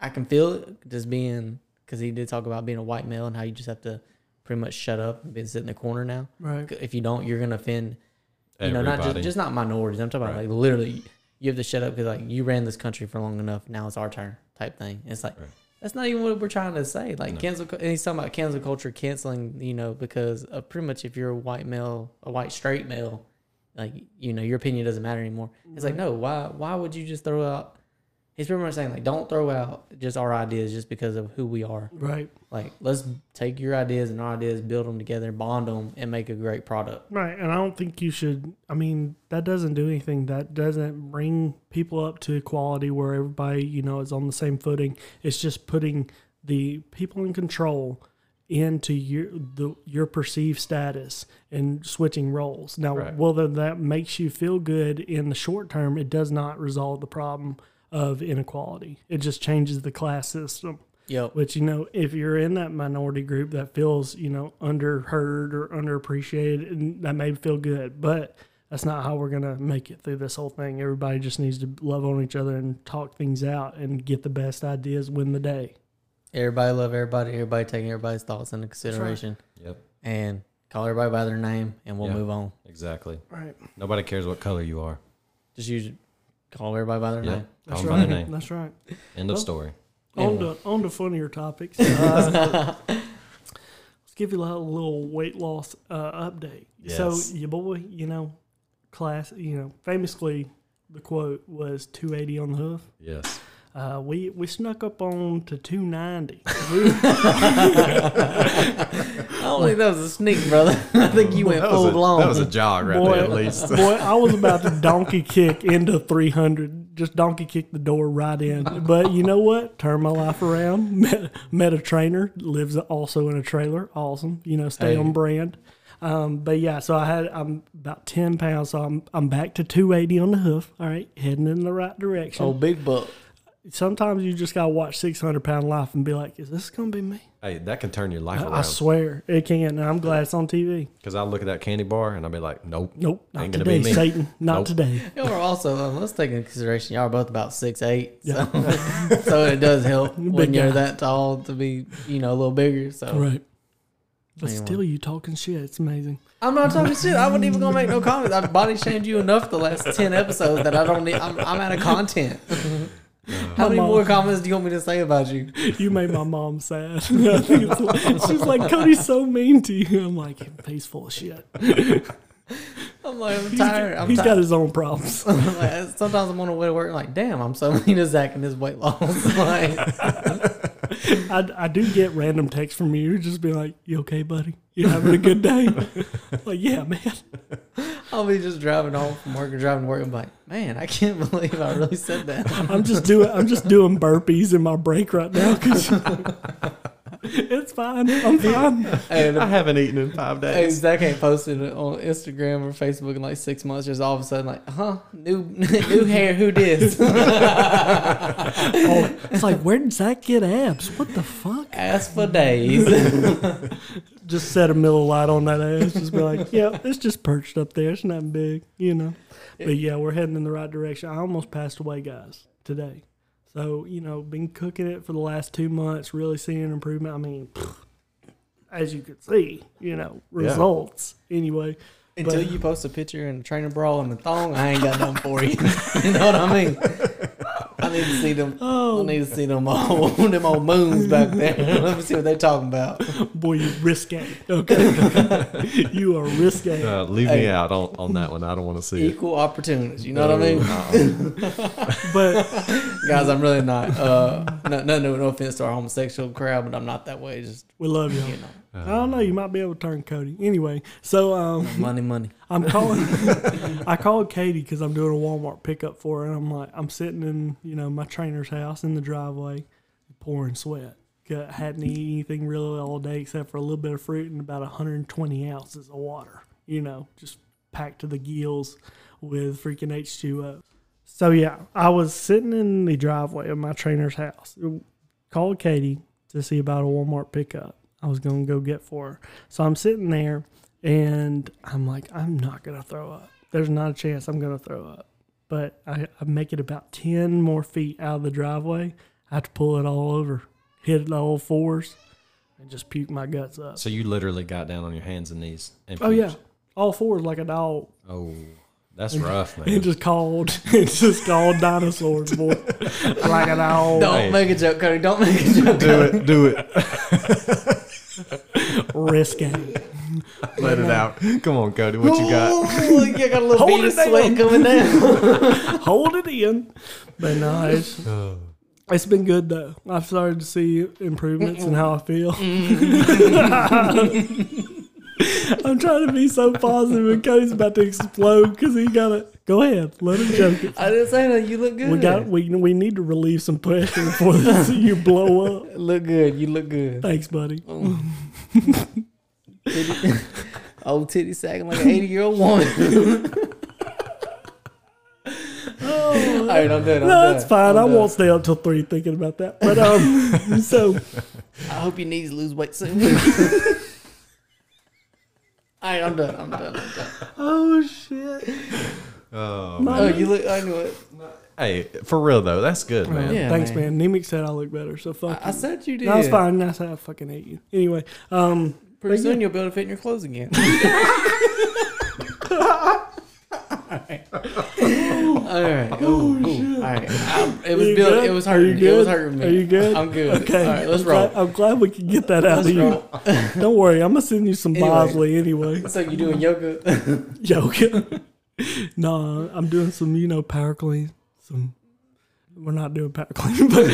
S2: I can feel it just being because he did talk about being a white male and how you just have to pretty much shut up and be sit in the corner now
S1: Right.
S2: if you don't, you're gonna offend. You know,
S3: Everybody.
S2: not just, just not minorities. I'm talking about
S3: Right.
S2: like literally, you have to shut up because like you ran this country for long enough. Now it's our turn, type thing. It's like
S3: Right.
S2: that's not even what we're trying to say. Like
S3: No.
S2: cancel, and he's talking about cancel culture canceling. You know, because uh, pretty much if you're a white male, a white straight male, like you know your opinion doesn't matter anymore. It's like no, why why would you just throw out? He's pretty much saying like don't throw out just our ideas just because of who we are.
S1: Right.
S2: Like let's take your ideas and our ideas, build them together, bond them, and make a great product.
S1: Right. And I don't think you should. I mean, that doesn't do anything. That doesn't bring people up to equality where everybody, you know, is on the same footing. It's just putting the people in control into your the, your perceived status and switching roles. Now,
S3: Right.
S1: whether that makes you feel good in the short term, it does not resolve the problem of inequality. It just changes the class system.
S2: Yep.
S1: Which you know, if you're in that minority group that feels you know underheard or underappreciated, and that may feel good, but that's not how we're gonna make it through this whole thing. Everybody just needs to love on each other and talk things out and get the best ideas, win the day.
S2: Everybody love everybody. Everybody taking everybody's thoughts into consideration
S3: Yep.
S2: and call everybody by their name, and we'll
S3: Yeah.
S2: move on.
S3: Exactly.
S1: Right.
S3: Nobody cares what color you are.
S2: Just use call everybody by their
S3: Yeah.
S2: name.
S3: Call
S1: That's
S3: them by
S1: right.
S3: their name.
S1: That's right.
S3: End of
S1: Well,
S3: story.
S1: On
S2: Anyway.
S1: to on to funnier topics. Uh, let's give you a little- little weight loss uh, update.
S3: Yes.
S1: So your boy, you know, class, you know, famously, the quote was 280 on the hoof.
S3: Yes.
S1: Uh, we we snuck up on to 290. We-
S2: I don't think that was a sneak, brother. I think you went
S3: That was,
S2: full
S3: a,
S2: blown.
S3: that was a jog right
S1: boy,
S3: there, at least.
S1: boy, I was about to donkey kick into 300. Just donkey kick the door right in. But you know what? Turn my life around. Met, met a trainer. Lives also in a trailer. Awesome. You know, stay
S2: Hey.
S1: on brand. Um, but yeah, so I had I'm about 10 pounds. So I'm I'm back to 280 on the hoof. All right, heading in the right direction.
S2: oh, big buck.
S1: Sometimes you just gotta watch 600 pound life and be like, is this gonna be me?
S3: Hey, that can turn your life
S1: I, I
S3: around.
S1: swear it can. And I'm glad it's on TV.
S3: Because I look at that candy bar and I'll be like, nope.
S1: Nope, not
S3: Ain't gonna
S1: today,
S3: be me.
S1: Satan. Not
S3: Nope.
S1: today.
S2: Y'all are also um, let's take into consideration y'all are both about six eight, so, so it does help
S1: Big
S2: when you're
S1: guy.
S2: that tall to be you know a little bigger. So
S1: Right. But
S2: Anyway.
S1: still, you talking shit. It's amazing.
S2: I'm not talking shit. I wasn't even gonna make no comments. I've body shamed you enough the last ten episodes that I don't need. I'm, I'm out of content. How many
S1: Come on.
S2: more comments do you want me to say about you?
S1: You made my mom sad. I think it's like- She's like, Cody's so mean to you. I'm like, he's full of shit.
S2: I'm like I'm
S1: He's-
S2: tired. I'm
S1: he's got
S2: tired.
S1: his own problems.
S2: Like, sometimes I'm on the way to work. Like damn, I'm so mean to Zach and his weight loss. like,
S1: I, I do get random texts from you, just be like, "You okay, buddy? You having a good day?" like, yeah, man.
S2: I'll be just driving home from work and driving to work. I'm like, man, I can't believe I really said that.
S1: I'm just doing I'm just doing burpees in my break right now 'cause- it's fine. I'm fine.
S2: And
S3: I haven't eaten in five
S2: Hey,
S3: days.
S2: Zach ain't posted it on Instagram or Facebook in like six months. Just all of a sudden, like, huh? New new hair? Who dis?
S1: Oh, it's like, where did Zach get abs? What the fuck?
S2: Ask for days.
S1: Just set a Miller Lite on that ass. Just be like, yeah, it's just perched up there. It's not big, you know. But yeah, we're heading in the right direction. I almost passed away, guys, today. So you know, been cooking it for the last two months. Really seeing an improvement. I mean, as you can see, you know, results. Anyway,
S2: Until you post a picture in a trainer bra and a thong, I ain't got nothing for you. you know what I mean? I need to see them. I
S1: oh
S2: need to see them old them old moons back there. Let me see what they're talking about.
S1: boy, you risque. Okay, you are risque.
S3: Uh, leave
S2: Hey.
S3: me out on, on that one. I don't want to see it.
S2: Equal opportunities. You know what I mean?
S1: But
S2: Guys, I'm really not. Uh, no, no, no, no offense to our homosexual crowd, but I'm not that way. Just
S1: we love y'all.
S2: you know,
S1: I don't know. You might be able to turn Cody. Anyway, so um,
S2: money, money.
S1: I'm calling. I called Katie because I'm doing a Walmart pickup for her, and I'm like, I'm sitting in you know my trainer's house in the driveway, pouring sweat. Got, hadn't eaten anything really all day except for a little bit of fruit and about 120 ounces of water. You know, just packed to the gills with freaking H2O. So yeah, I was sitting in the driveway of my trainer's house. Called Katie to see about a Walmart pickup. I was gonna go get for her. So I'm sitting there and I'm like, I'm not gonna throw up. There's not a chance I'm gonna throw up. But I, I make it about ten more feet out of the driveway. I have to pull it all over, hit it all fours, and just puke my guts up.
S3: So you literally got down on your hands and knees. And
S1: Oh yeah,
S3: puked.
S1: all fours like a dog.
S3: Oh, that's rough, man.
S1: And just called, and just called dinosaurs, boy, like a dog.
S2: Don't
S3: Hey.
S2: make a joke, Cody. Don't make a joke.
S3: do it. Do it.
S1: risky.
S3: Let it out. Come on, Cody. What you got?
S2: Ooh, you got a little
S1: Hold
S2: bead of
S1: it down.
S2: sweat coming down.
S1: Hold it in. But no, it's, it's been good though. I've started to see improvements in how I feel. I'm trying to be so positive, and Cody's about to explode because he got to go ahead. Let him joke it.
S2: I didn't say that. You look good.
S1: We got we we need to relieve some pressure before this, you blow up.
S2: Look good. You look good.
S1: Thanks, buddy.
S2: Titty- Old titty sagging like an 80 year old woman. All right, I'm done.
S1: No,
S2: I'm done.
S1: it's fine.
S2: I'm
S1: I
S2: done.
S1: won't stay up till three thinking about that. But um, so
S2: I hope your knees lose weight soon. All right, I'm done. I'm done. I'm done.
S1: oh shit.
S3: Oh,
S2: Oh, you look. I knew it.
S3: Hey, for real though, that's good, man.
S2: Yeah,
S1: Thanks,
S2: man.
S1: man. Nemec said I look better, so fuck.
S2: I, I said you did.
S1: you. No, it's fine. That's how I fucking hate you. Anyway, um,
S2: Pretty soon you'll be able to fit in your clothes again. All right. Ooh, ooh. All right. I- It was
S1: you
S2: built.
S1: good?
S2: It was
S1: Are you
S2: hurting. It was
S1: good?
S2: hurting me.
S1: Are you good?
S2: I'm good.
S1: Okay,
S2: All right. Let's
S1: I'm glad-
S2: roll.
S1: I'm glad we can get that out
S2: Let's
S1: of you.
S2: roll.
S1: Don't worry, I'm gonna send you some
S2: Anyway.
S1: Bosley anyway.
S2: So you doing yoga?
S1: Yoga. no, I'm doing some, you know, power clean. Some. We're not doing power clean, but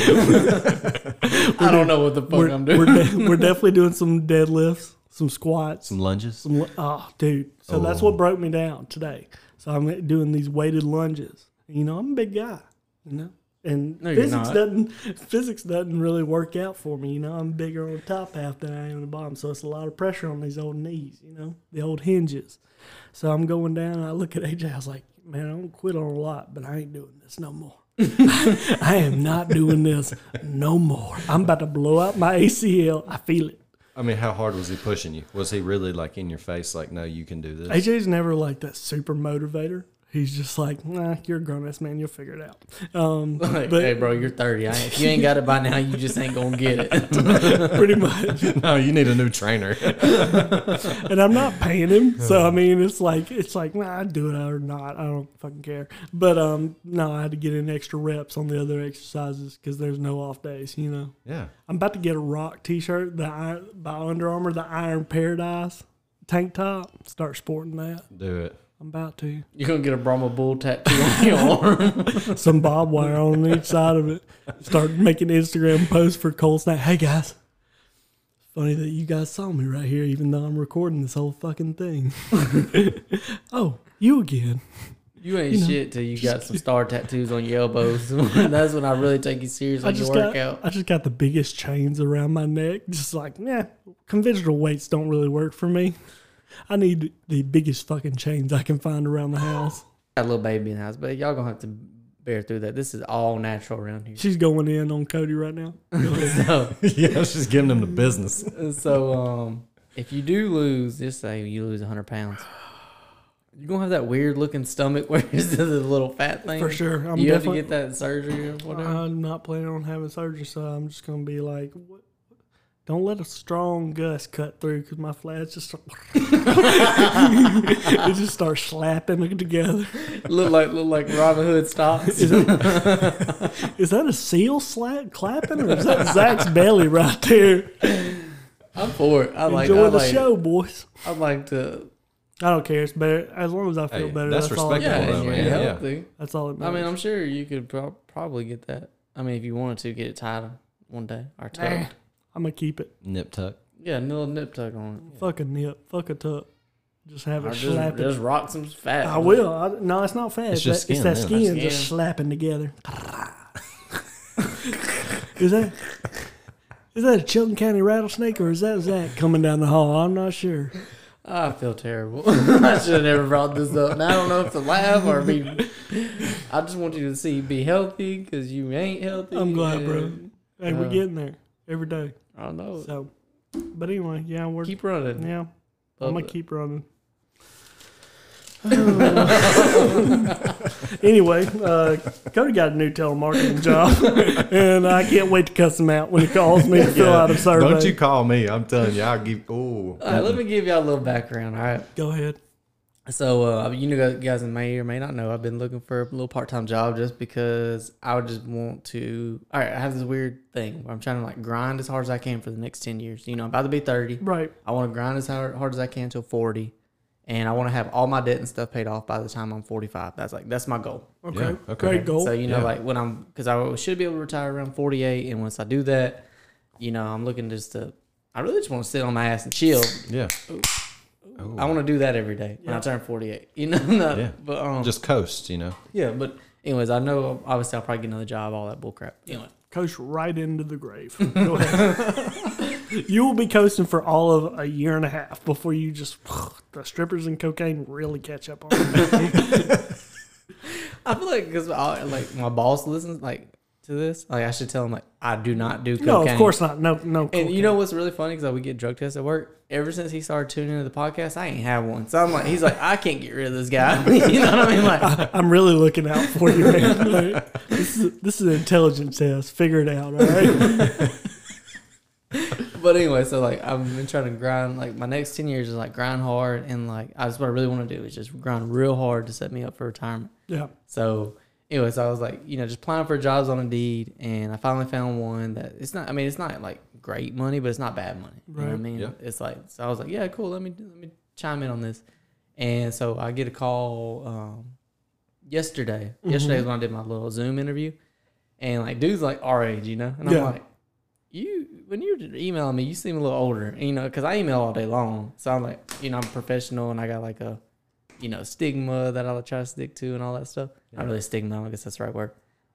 S2: I don't know what the fuck
S1: we're,
S2: I'm doing.
S1: we're, de- we're definitely doing some deadlifts, some squats,
S3: Some lunges.
S1: Some, lu- oh, dude. So that's
S2: Oh.
S1: what broke me down today. So I'm doing these weighted lunges. You know, I'm a big guy. You know, and
S2: No, you're
S1: physics
S2: not.
S1: doesn't physics doesn't really work out for me. You know, I'm bigger on the top half than I am on the bottom, so it's a lot of pressure on these old knees. You know, the old hinges. So I'm going down. and I look at AJ. I was like, man, I don't quit on a lot, but I ain't doing this no more. I am not doing this no more. I'm about to blow out my ACL. I feel it.
S3: I mean, how hard was he pushing you? Was he really like in your face, like, no, you can do this?
S1: AJ's never like that super motivator. He's just like, nah, you're a grown ass man. You'll figure it out. Um,
S2: Like,
S1: but
S2: hey, bro, you're 30. I, if you ain't got it by now, you just ain't gonna get it.
S1: pretty much.
S3: no, you need a new trainer.
S1: And I'm not paying him, so I mean, it's like it's like, nah, I do it or not. I don't fucking care. But um, no, I had to get in extra reps on the other exercises because there's no off days. You know,
S3: yeah.
S1: I'm about to get a rock T-shirt, the iron, by Under Armour, the Iron Paradise tank top. Start sporting that.
S3: Do it.
S1: I'm about to.
S2: You're gonna get a Brahma bull tattoo on your arm.
S1: some bob wire on each side of it. Start making Instagram posts for Cold Snack. Hey guys, funny that you guys saw me right here, even though I'm recording this whole fucking thing. oh, you again?
S2: You ain't shit till you got some star tattoos on your elbows. That's when I really take you serious
S1: I
S2: on your
S1: just got
S2: workout.
S1: I just got the biggest chains around my neck. Just like nah, conventional weights don't really work for me. I need the biggest fucking chains I can find around the house.
S2: Got a little baby in the house, but y'all gonna have to bear through that. This is all natural around here.
S1: She's going in on Cody right now.
S2: So,
S3: yeah, I was just giving him the business.
S2: so um, if you do lose, just say you lose 100 pounds, you're gonna have that weird looking stomach where it's just a little fat thing.
S1: For sure, I'm
S2: you have to
S1: definitely-
S2: get that surgery or whatever.
S1: I'm not planning on having surgery, so I'm just gonna be like, what? don't let a strong gust cut through because my flats just it just starts slapping it together.
S2: look like look like Robin Hood stocks.
S1: Is that a seal slap clapping or is that Zach's belly right there?
S2: I'm for it. I like. I
S1: Enjoy the
S2: like,
S1: show, boys.
S2: I'd like to.
S1: I don't care. It's better as long as I feel
S3: Hey,
S1: better. That's,
S3: that's
S1: all.
S3: respectable.
S2: Yeah,
S3: Well,
S2: and
S3: though,
S2: you're
S3: man, yeah.
S2: healthy.
S1: That's all. It
S2: I mean,
S1: matters.
S2: I'm sure you could prob- probably get that. I mean, if you wanted to, get it tied one day or tucked.
S1: Nah. I'm gonna keep it.
S3: Nip tuck.
S2: Yeah, a little nip tuck on
S1: Fuck a nip. Fuck a tuck. Just have
S2: it. Or
S1: it
S2: just,
S1: slapping.
S2: just rock some fat.
S1: I will. I, no, it's not fat.
S3: It's
S1: It's,
S3: just
S1: that, it's that
S3: skin, yeah.
S1: skin, just
S2: Skin.
S1: slapping together. is that is that a Chilton County rattlesnake or is that Zach coming down the hall? I'm not sure.
S2: I feel terrible. I should have never brought this up. Now I don't know if to laugh or be. I just want you to see be healthy because you ain't healthy.
S1: I'm glad, bro.
S2: and-
S1: Hey,
S2: Uh.
S1: we're getting there every day.
S2: I don't know.
S1: So, but anyway, yeah, we're
S2: Keep running.
S1: yeah. I'm
S2: Love
S1: gonna
S2: it.
S1: keep running. anyway, uh, Cody got a new telemarketing job, and I can't wait to cuss him out when he calls me to fill out a survey.
S3: Don't you call me. I'm telling you, I'll give. Oh,
S2: All right, let me give y'all a little background. All right.
S1: Go ahead.
S2: So, uh, you know, you guys may or may not know, I've been looking for a little part time job just because I would just want to. All right, I have this weird thing where I'm trying to like grind as hard as I can for the next 10 years. You know, I'm about to be 30.
S1: Right.
S2: I want to grind as hard, hard as I can till 40. And I want to have all my debt and stuff paid off by the time I'm 45. That's like, that's my goal.
S1: Okay.
S3: Yeah, okay.
S1: Great goal.
S2: So, you know,
S3: Yeah.
S2: like when I'm, because I should be able to retire around 48. And once I do that, you know, I'm looking just to, I really just want to sit on my ass and chill.
S3: yeah.
S2: I want to do that every day when I
S1: Yeah.
S2: turn 48. You know, no,
S3: Yeah.
S2: but um,
S3: Just coast, you know.
S2: yeah, but anyways, I know obviously I'll probably get another job, all that bull crap. Anyway,
S1: coast right into the grave. Go ahead. you will be coasting for all of a year and a half before you just the strippers and cocaine really catch up on you.
S2: I feel like because like my boss listens like to this, like I should tell him like I do not do cocaine.
S1: no, of course not. No, no.
S2: And
S1: cocaine.
S2: you know what's really funny because like, we get drug tests at work. Ever since he started tuning into the podcast, I ain't have one. So I'm like, he's like, I can't get rid of this guy. you know what I mean? Like,
S1: I'm really looking out for you, man. Like, this is this is an intelligence test. Figure it out, all right?
S2: but anyway, so like I've been trying to grind. Like my next ten years is like grind hard, and like I just what I really want to do is just grind real hard to set me up for retirement.
S1: yeah.
S2: So, anyways, I was like, you know, just applying for jobs on Indeed, and I finally found one that it's not. I mean, it's not like great money, but it's not bad money. You know what I
S1: Right.
S2: mean?
S3: Yeah.
S2: It's like so. I was like, yeah, cool. Let me let me chime in on this, and so I get a call um, yesterday.
S1: Mm-hmm.
S2: Yesterday was when I did my little Zoom interview, and like dude's like our age, you know, and I'm
S1: Yeah.
S2: like. You when you were emailing me, you seem a little older, and, you know, because I email all day long. So I'm like, you know, I'm professional, and I got like a you know, stigma that I try to stick to and all that stuff. Not really stigma, I don't guess that's the right word.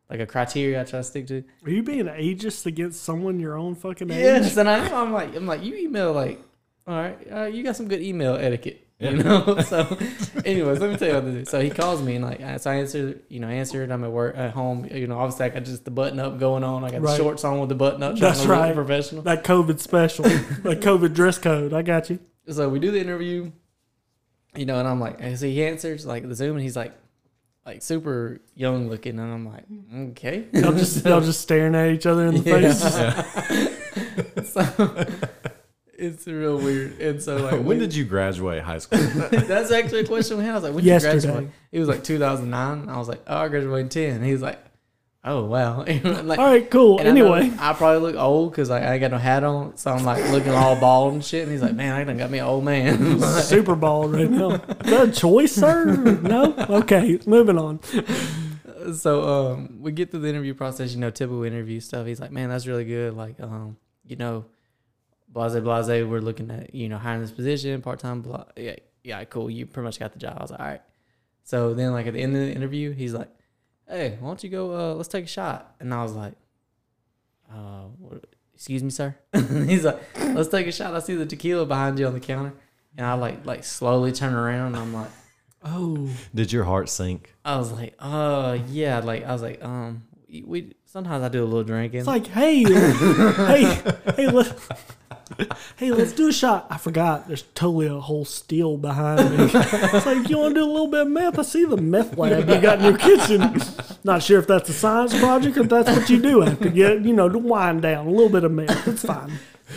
S2: Like a criteria I try to stick to.
S1: Are you being ageist against someone your own fucking age?
S2: Yes, and I know I'm like I'm like, you email like all right, uh, you got some good email etiquette. You know. so, anyways, let me tell you what to do. So he calls me and like, I- so I answer, you know, answered. I'm at work, at home. You know, obviously I got just the button up going on. I got the
S1: Right.
S2: shorts on with the button up. Trying
S1: That's
S2: to
S1: right.
S2: Look professional.
S1: That COVID special, that COVID dress code. I got you.
S2: so we do the interview, you know, and I'm like, and so he answers like the Zoom, and he's like, like super young looking, and I'm like, okay,
S1: Y'all just y'all just staring at each other in the
S2: Yeah.
S1: face.
S2: so it's real weird. And so like,
S3: when did you graduate high school?
S2: that's actually a question we had. I was like, when did you graduate?
S1: Yesterday.
S2: He was like 2009. I was like, oh, I graduated in 10. He was like, oh wow. And, like,
S1: All right, cool.
S2: and I know
S1: Oh, Anyway,
S2: I, probably look old because I ain't got no hat on, so I'm like looking all bald and shit. And he's like, man, I done got me an old man.
S1: Super Bowl right now. Is that a choice, sir? No. Okay, moving on.
S2: so um, we get through the interview process, you know, typical interview stuff. He's like, man, that's really good. Like, um, you know, blase, blase, we're looking at, you know, hiring this position, part time, blah. Yeah, yeah, cool. You pretty much got the job. I was like, all right. So then, like, at the end of the interview, he's like, hey, why don't you go, uh, let's take a shot. And I was like, uh, what, excuse me, sir. he's like, let's take a shot. I see the tequila behind you on the counter. And I like, like slowly turn around. And I'm like,
S1: Oh,
S3: did your heart sink?
S2: I was like, uh, yeah, like I was like, um, we- we sometimes I do a little drinking.
S1: it's like hey, hey, hey, let, hey, let's do a shot. I forgot. There's totally a whole steel behind me. It's like you want to do a little bit of meth. I see the meth lab you got in your kitchen. Not sure if that's a science project or if that's what you do after get you know to wind down a little bit of meth. It's fine.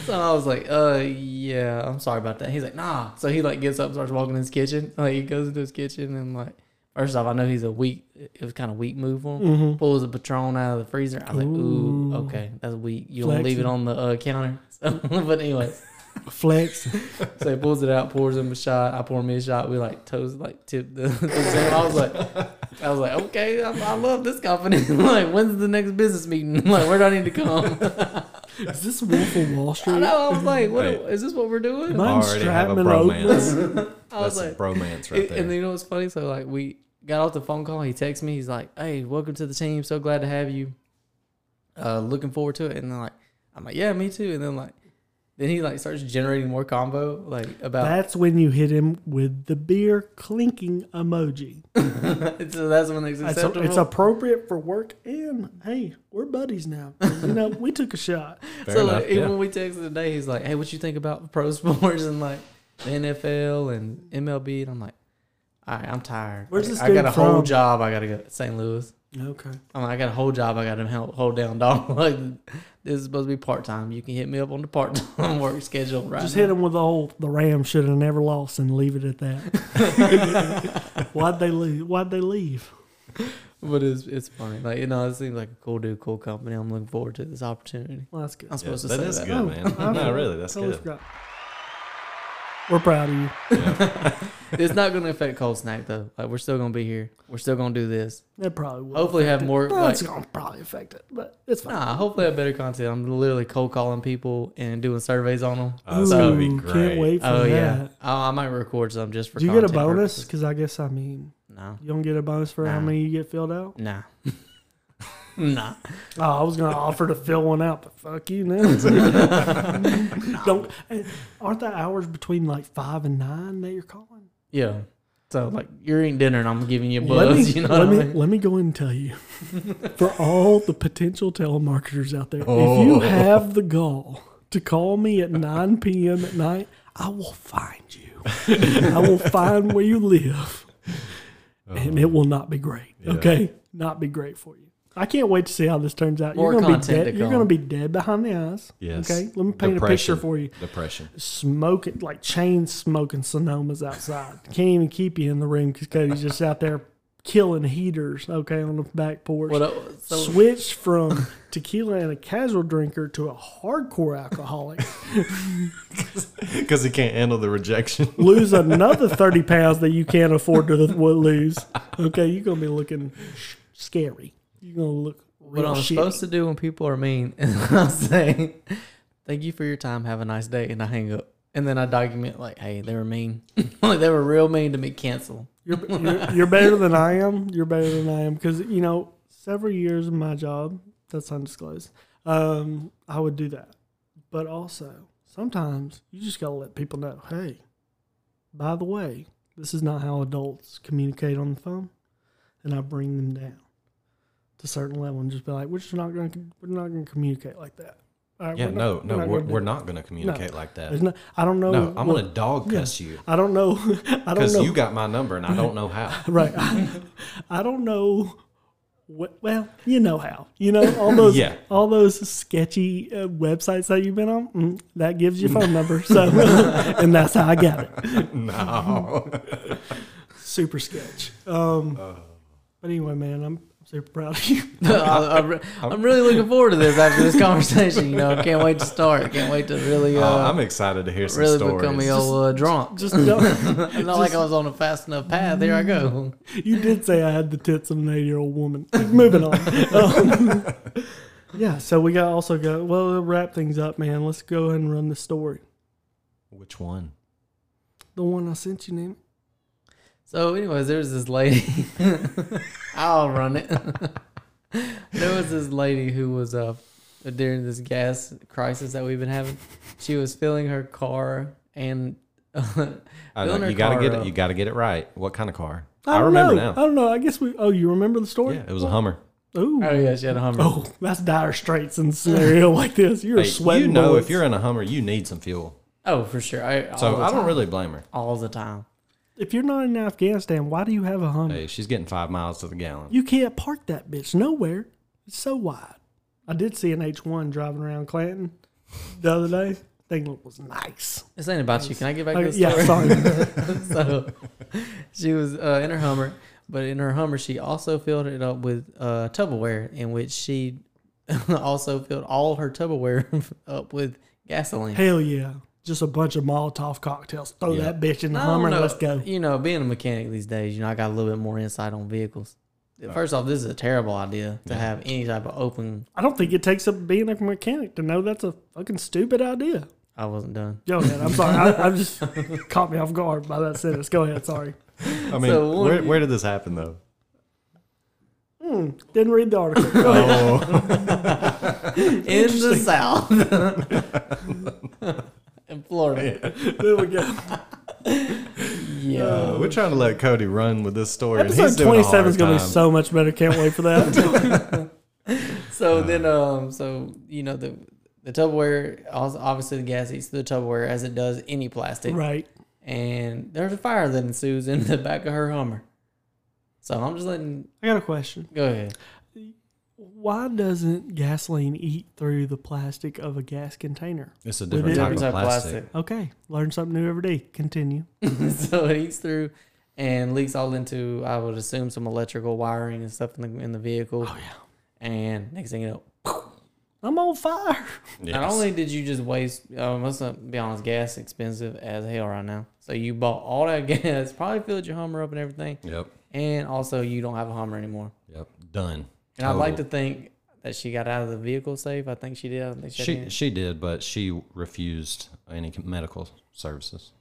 S2: so I was like, uh, yeah, I'm sorry about that. He's like, nah. So he like gets up, and starts walking in his kitchen. Like he goes into his kitchen and like, first off, I know he's a weak. It was kind of weak move for him. Pulls a patron out of the freezer. I was like, ooh, okay, that's weak. You don't leave it
S1: Flexing.
S2: on the uh, counter. So, but anyways,
S1: Flex.
S2: So he pulls it out, pours him a shot. I pour me a shot. We like toes, like tip the. the Zoom. I was like, I was like, okay, I, I love this company. like, when's the next business meeting? like, where do I need to come?
S1: Is this Wolf of Wall
S2: I
S1: Street?
S2: know. I was like, what
S3: Hey.
S2: is this? What we're doing?
S1: Am I in
S3: Already have a
S1: Stratman, Oakland?
S3: bromance.
S2: I was
S3: That's
S2: like,
S3: a bromance right
S2: and, and
S3: there.
S2: you know what's funny? So like, we got off the phone call. He texts me. He's like, hey, welcome to the team. So glad to have you. Uh, looking forward to it. And then like, I'm like, yeah, me too. And then like, then he like starts generating more combo like about
S1: That's when you hit him with the beer clinking emoji.
S2: so that's when it's
S1: It's,
S2: acceptable.
S1: it's appropriate for work, and hey, we're buddies now. You know, we took a shot.
S3: Fair
S2: so
S3: enough.
S2: like, even
S3: yeah.
S2: when we texted today, he's like, "Hey, what you think about pro sports and like the NFL and MLB?" And I'm like, "All right, I'm tired.
S1: Where's
S2: Like,
S1: this
S2: I got
S1: dude
S2: a whole
S1: from?"
S2: job. I gotta go St. Louis.
S1: Okay.
S2: I'm like, I got a whole job. I gotta help hold down. Dog, like this is supposed to be part time. You can hit me up on the part time work schedule right
S1: Just
S2: now.
S1: hit him with the whole the Rams should have never lost and leave it at that. Why'd they leave? Why'd they leave?
S2: But it's it's funny. Like you know, it seems like a cool dude, cool company. I'm looking forward to this opportunity.
S1: Well, that's good. Oh,
S2: I'm supposed
S3: that
S2: to say
S3: is
S2: that.
S3: good, man.
S1: I
S3: no,
S1: forgot.
S3: really, that's
S1: Totally
S3: good.
S1: forgot. We're proud of you.
S2: It's not gonna affect Cold Snack though. Like we're still gonna be here. We're still gonna do this.
S1: It probably will.
S2: Hopefully have more,
S1: Well, it's
S2: like-
S1: gonna probably affect it, but it's fine.
S2: Nah, hopefully I have better content. I'm literally cold calling people and doing surveys on them.
S3: Oh, it's gonna be
S1: Ooh,
S3: great.
S1: Can't wait for
S2: Oh
S1: that.
S2: yeah, I, I might record some just for.
S1: Do you get a
S2: content
S1: bonus?
S2: purposes.
S1: Because I guess I mean
S2: No,
S1: you don't get a bonus for how
S2: Nah.
S1: many you get filled out.
S2: nah, nah.
S1: Oh, I was gonna offer to fill one out, but fuck you now. don't eh, aren't the hours between like five and nine that you're calling?
S2: Yeah. So like you're eating dinner and I'm giving you a
S1: let me
S2: buzz. You know
S1: let
S2: what
S1: me
S2: I mean?
S1: let me go in and tell you for all the potential telemarketers out there, if you
S3: Oh.
S1: have the gall to call me at nine p.m. at night, I will find you. I will find where you live, and it will not be great.
S3: Yeah.
S1: Okay, not be great for you. I can't wait to see how this turns out.
S2: More
S1: you're gonna be
S2: content
S1: dead.
S2: to
S1: You're
S2: come.
S1: gonna be dead behind the eyes.
S3: Yes.
S1: Okay. Let me paint a picture
S3: Depression.
S1: for you.
S3: Depression.
S1: Smoking like chain smoking Sonomas outside. Can't even keep you in the room because Cody's just out there killing heaters. Okay, on the back porch.
S2: What el- so,
S1: Switch from tequila and a casual drinker to a hardcore alcoholic.
S3: Because he can't handle the rejection.
S1: lose another 30 pounds that you can't afford to lo- lose. Okay, you're going to be looking sh- scary. You're going to look
S2: what
S1: real
S2: I'm
S1: shitty.
S2: supposed to do when people are mean is I say, "Thank you for your time. Have a nice day," and I hang up. And then I document like, "Hey, they were mean. like they were real mean to me. Cancel."
S1: You're, you're, you're better than I am. You're better than I am because you know several years of my job that's undisclosed. Um, I would do that, but also sometimes you just gotta let people know, hey, by the way, this is not how adults communicate on the phone, and I bring them down to a certain level and just be like, we're just not going to we're not going to communicate like that. All right,
S3: Yeah,
S1: we're
S3: no,
S1: not-
S3: no, we're,
S1: gonna do
S3: we're
S1: that.
S3: not going to communicate like
S1: There's
S3: that.
S1: no- I don't know.
S3: No, I'm
S1: what-
S3: going to dog
S1: yeah.
S3: cuss you
S1: I don't know. I don't
S3: because
S1: know.
S3: you got my number and I don't know how.
S1: right. I, I don't know. What, well, you know how you know all those
S3: Yeah.
S1: all those sketchy uh, websites that you've been on. Mm, that gives you phone number, so and that's how I got it.
S3: no.
S1: Super sketch. Um, but anyway, man, I'm super proud of you.
S2: I, am really looking forward to this after this conversation. You know, can't wait to start. Can't wait to really, uh,
S3: Oh, I'm excited to hear some
S2: really
S3: stories.
S2: become a old uh, drunk.
S1: Just don't,
S2: Not like I was on a fast enough path. Here I go.
S1: you did say I had the tits of an eighty year old woman. Moving on. Um, yeah, so we got also go. Well, to wrap things up, man. Let's go ahead and run the story.
S3: Which one?
S1: The one I sent you, name.
S2: So, anyways, there was this lady. I'll run it. there was this lady who was uh during this gas crisis that we've been having. She was filling her car and
S3: I
S2: Filling
S3: know,
S2: her
S3: you gotta
S2: car
S3: get
S2: up.
S3: it. You gotta get it right. What kind of car?
S1: I,
S3: I,
S1: don't
S3: remember
S1: know. I
S3: now.
S1: don't know. I guess we. Oh, you remember the story?
S3: Yeah, it was a Hummer.
S1: Ooh.
S2: oh yeah, she had a Hummer.
S1: Oh, that's dire straits in a scenario like this. You're
S3: Hey,
S1: sweating.
S3: you know,
S1: bullets.
S3: if you're in a Hummer, you need some fuel.
S2: Oh, for sure. I, all
S3: So
S2: the
S3: I don't
S2: time.
S3: really blame her.
S2: all the time.
S1: if you're not in Afghanistan, why do you have a Hummer?
S3: Hey, she's getting five miles to the gallon.
S1: You can't park that bitch nowhere. It's so wide. I did see an H1 driving around Clanton the other day. Thing was nice.
S2: This ain't about you. Can I get back
S3: Uh,
S1: Okay,
S2: to the
S1: yeah,
S2: story?
S1: sorry.
S2: so she was uh, in her Hummer, but in her Hummer, she also filled it up with uh, Tupperware, in which she also filled all her Tupperware up with gasoline.
S1: Hell yeah. Just a bunch of Molotov cocktails. Throw
S3: Yeah.
S1: that bitch in the
S2: I don't
S1: Hummer
S2: know,
S1: and let's go.
S2: You know, being a mechanic these days, you know, I got a little bit more insight on vehicles. First off, this is a terrible idea to have any type of open.
S1: I don't think it takes up being a mechanic to know that's a fucking stupid idea.
S2: I wasn't done.
S1: Go ahead. I'm sorry. I, I just caught me off guard by that sentence. Go ahead. Sorry.
S3: I mean,
S2: So one-
S3: where, where did this happen though?
S1: Didn't read the article. Go ahead.
S3: Oh,
S2: In the South, in Florida.
S1: There we go.
S2: Yeah.
S3: uh, we're trying to let Cody run with this story. and he's
S1: Episode
S3: doing a
S1: 27 is going
S3: hard
S1: to be
S3: time.
S1: so much better. Can't wait for that.
S2: So then, um, so you know the the Tupperware, also obviously the gas eats the Tupperware as it does any plastic,
S1: right.
S2: and there's a fire that ensues in the back of her Hummer. So I'm just letting
S1: I got a question.
S2: go ahead.
S1: Why doesn't gasoline eat through the plastic of a gas container?
S3: It's a
S1: With
S3: different
S1: it-
S3: type of
S2: Different
S3: plastic.
S2: type of
S1: Okay, learn something new every day. Continue.
S2: so it eats through and leaks all into, I would assume, some electrical wiring and stuff in the in the vehicle. Oh yeah. And next thing you know,
S1: I'm on fire.
S2: Not
S3: Yes.
S2: only did you just waste, um, let's not be honest, gas expensive as hell right now. So you bought all that gas, probably filled your Hummer up and everything,
S3: Yep.
S2: and also you don't have a Hummer anymore.
S3: Yep. Done.
S2: And I'd like to
S3: Total.
S2: think that she got out of the vehicle safe. I think she did. I don't think she, had
S3: She
S2: any-
S3: she did, but she refused any medical services.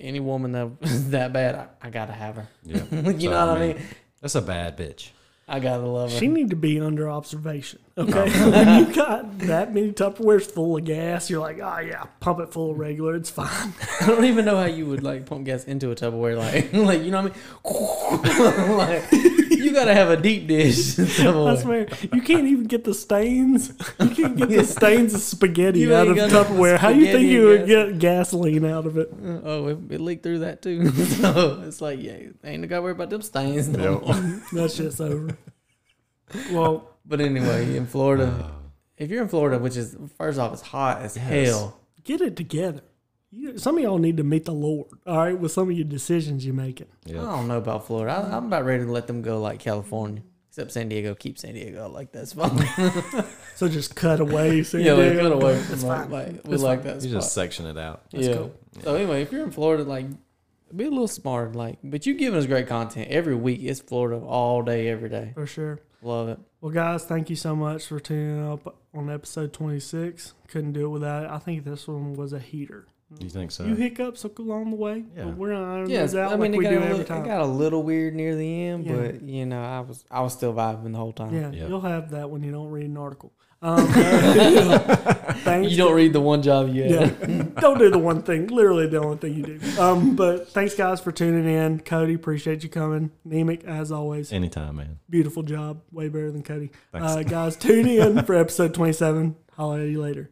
S2: any woman that that bad, I, I gotta have her.
S3: Yeah.
S2: you
S3: So,
S2: know what
S3: I
S2: I mean?
S3: That's a bad bitch.
S2: I gotta love her.
S1: She need to be under observation. Okay, when you got that many Tupperwares full of gas, you're like, oh yeah, pump it full of regular. It's fine.
S2: I don't even know how you would like pump gas into a Tupperware, like like you know what I mean? like you gotta have a deep dish Tupperware.
S1: I swear, you can't even get the stains. You can't get the stains of spaghetti
S2: You
S1: out of
S2: ain't got no
S1: Tupperware. How do you think
S2: spaghetti
S1: you would
S2: and
S1: get gasoline out of it?
S2: Uh, Oh, it, it leaked through that too. so it's like, yeah, ain't got to worry about them stains. No more.
S3: Yep.
S1: That shit's over. Well,
S2: But anyway, in
S3: Uh.
S2: Florida, if you're in Florida, which is first off, it's hot as hell.
S1: get it together. You, some of y'all need to meet the Lord, all right, with some of your decisions you're making.
S3: Yep.
S2: I don't know about Florida. I, I'm about ready to let them go like California, except San Diego. Keep San Diego. I like that's fine.
S1: So just cut away. So
S2: yeah,
S1: you
S2: we
S1: do.
S2: cut away from
S1: It's
S2: like,
S1: fine.
S2: like we
S1: It's
S2: like
S1: fine.
S2: that
S3: You
S2: spot.
S3: just section it out.
S2: yeah.
S1: cool.
S2: So anyway, if you're in Florida, like be a little smart. Like, but you giving us great content every week. It's Florida all day, every day.
S1: For sure.
S2: Love it.
S1: Well, guys, thank you so much for tuning up on episode 26. Couldn't do it without it. I think this one was a heater.
S3: You think so?
S1: You hiccups along the way,
S3: Yeah.
S1: but we're gonna iron
S2: Yeah,
S1: those out
S2: I mean,
S1: like we
S2: it, got
S1: do
S2: a
S1: every
S2: little, it
S1: time.
S2: got a little weird near the end,
S1: Yeah.
S2: but you know, I was I was still vibing the whole time.
S1: Yeah,
S3: Yeah.
S1: you'll have that when you don't read an article. Um, thanks.
S2: You don't read the one job you
S1: yeah.
S2: had.
S1: don't do the one thing. Literally the only thing you do. Um, but thanks guys for tuning in. Cody, appreciate you coming. Nemec, as always,
S3: Anytime, man.
S1: beautiful job. Way better than Cody.
S3: Thanks.
S1: Uh, guys, tune in for episode 27. Holler at you later.